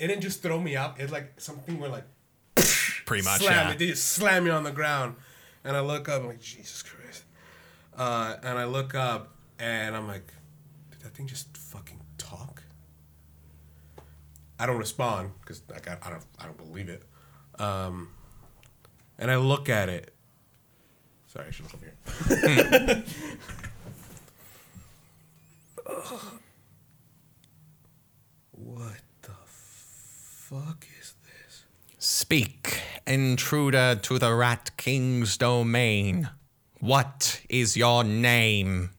it didn't just throw me up. It like something where like Pretty much. slam yeah. it, they just slam me on the ground, and I look up. I'm like, Jesus Christ. Uh, and I look up, and I'm like, did that thing just fucking talk? I don't respond because like I, I don't I don't believe it. Um, and I look at it. Sorry, I should look over here. what the fuck is this? Speak, intruder to the Rat King's domain. What is your name?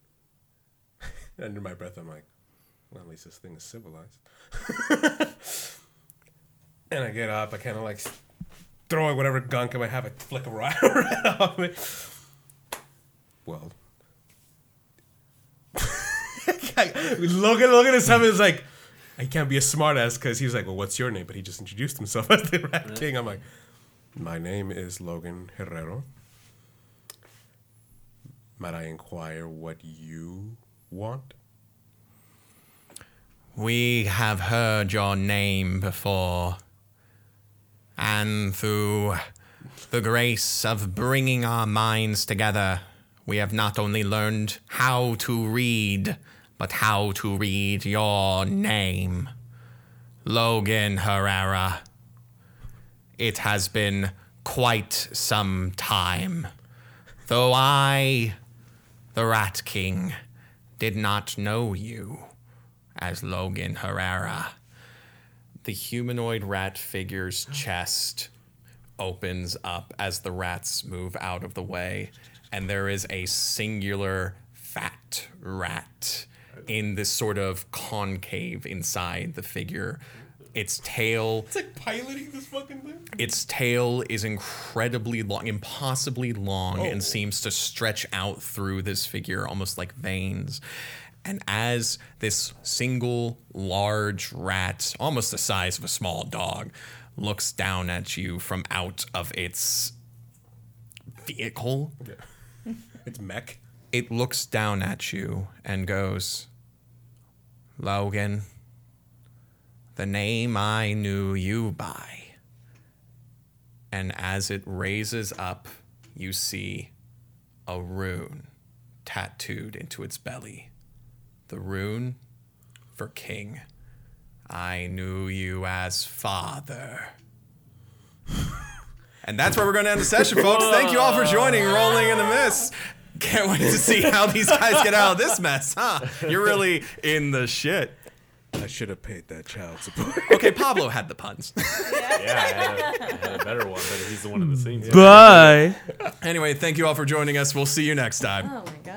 Under my breath, I'm like, well, at least this thing is civilized. and I get up, I kind of like s- throw whatever gunk I might have, I flick a rat off me. Well, Logan, Logan at something is like, I can't be a smartass because he was like, well, what's your name? But he just introduced himself as the Rat King. I'm like, my name is Logan Herrero. Might I inquire what you want? We have heard your name before. And through the grace of bringing our minds together, we have not only learned how to read, but how to read your name. Logan Herrera. It has been quite some time. Though I, the Rat King, did not know you as Logan Herrera. The humanoid rat figure's chest opens up as the rats move out of the way, and there is a singular fat rat in this sort of concave inside the figure Its tail It's like piloting this fucking thing. its tail is incredibly long, impossibly long, Oh. and seems to stretch out through this figure almost like veins. And as this single large rat, almost the size of a small dog, looks down at you from out of its vehicle, It's mech. it looks down at you and goes, Logan, the name I knew you by. And as it raises up, you see a rune tattooed into its belly. The rune for king. I knew you as father. And that's where we're going to end the session, folks. Thank you all for joining Rolling in the Mist. Can't wait to see how these guys get out of this mess, huh? You're really in the shit. I should have paid that child support. Okay, Pablo had the puns. Yeah, I had, a, I had a better one, but he's the one in the scene. Bye. anyway, thank you all for joining us. We'll see you next time. Oh my god.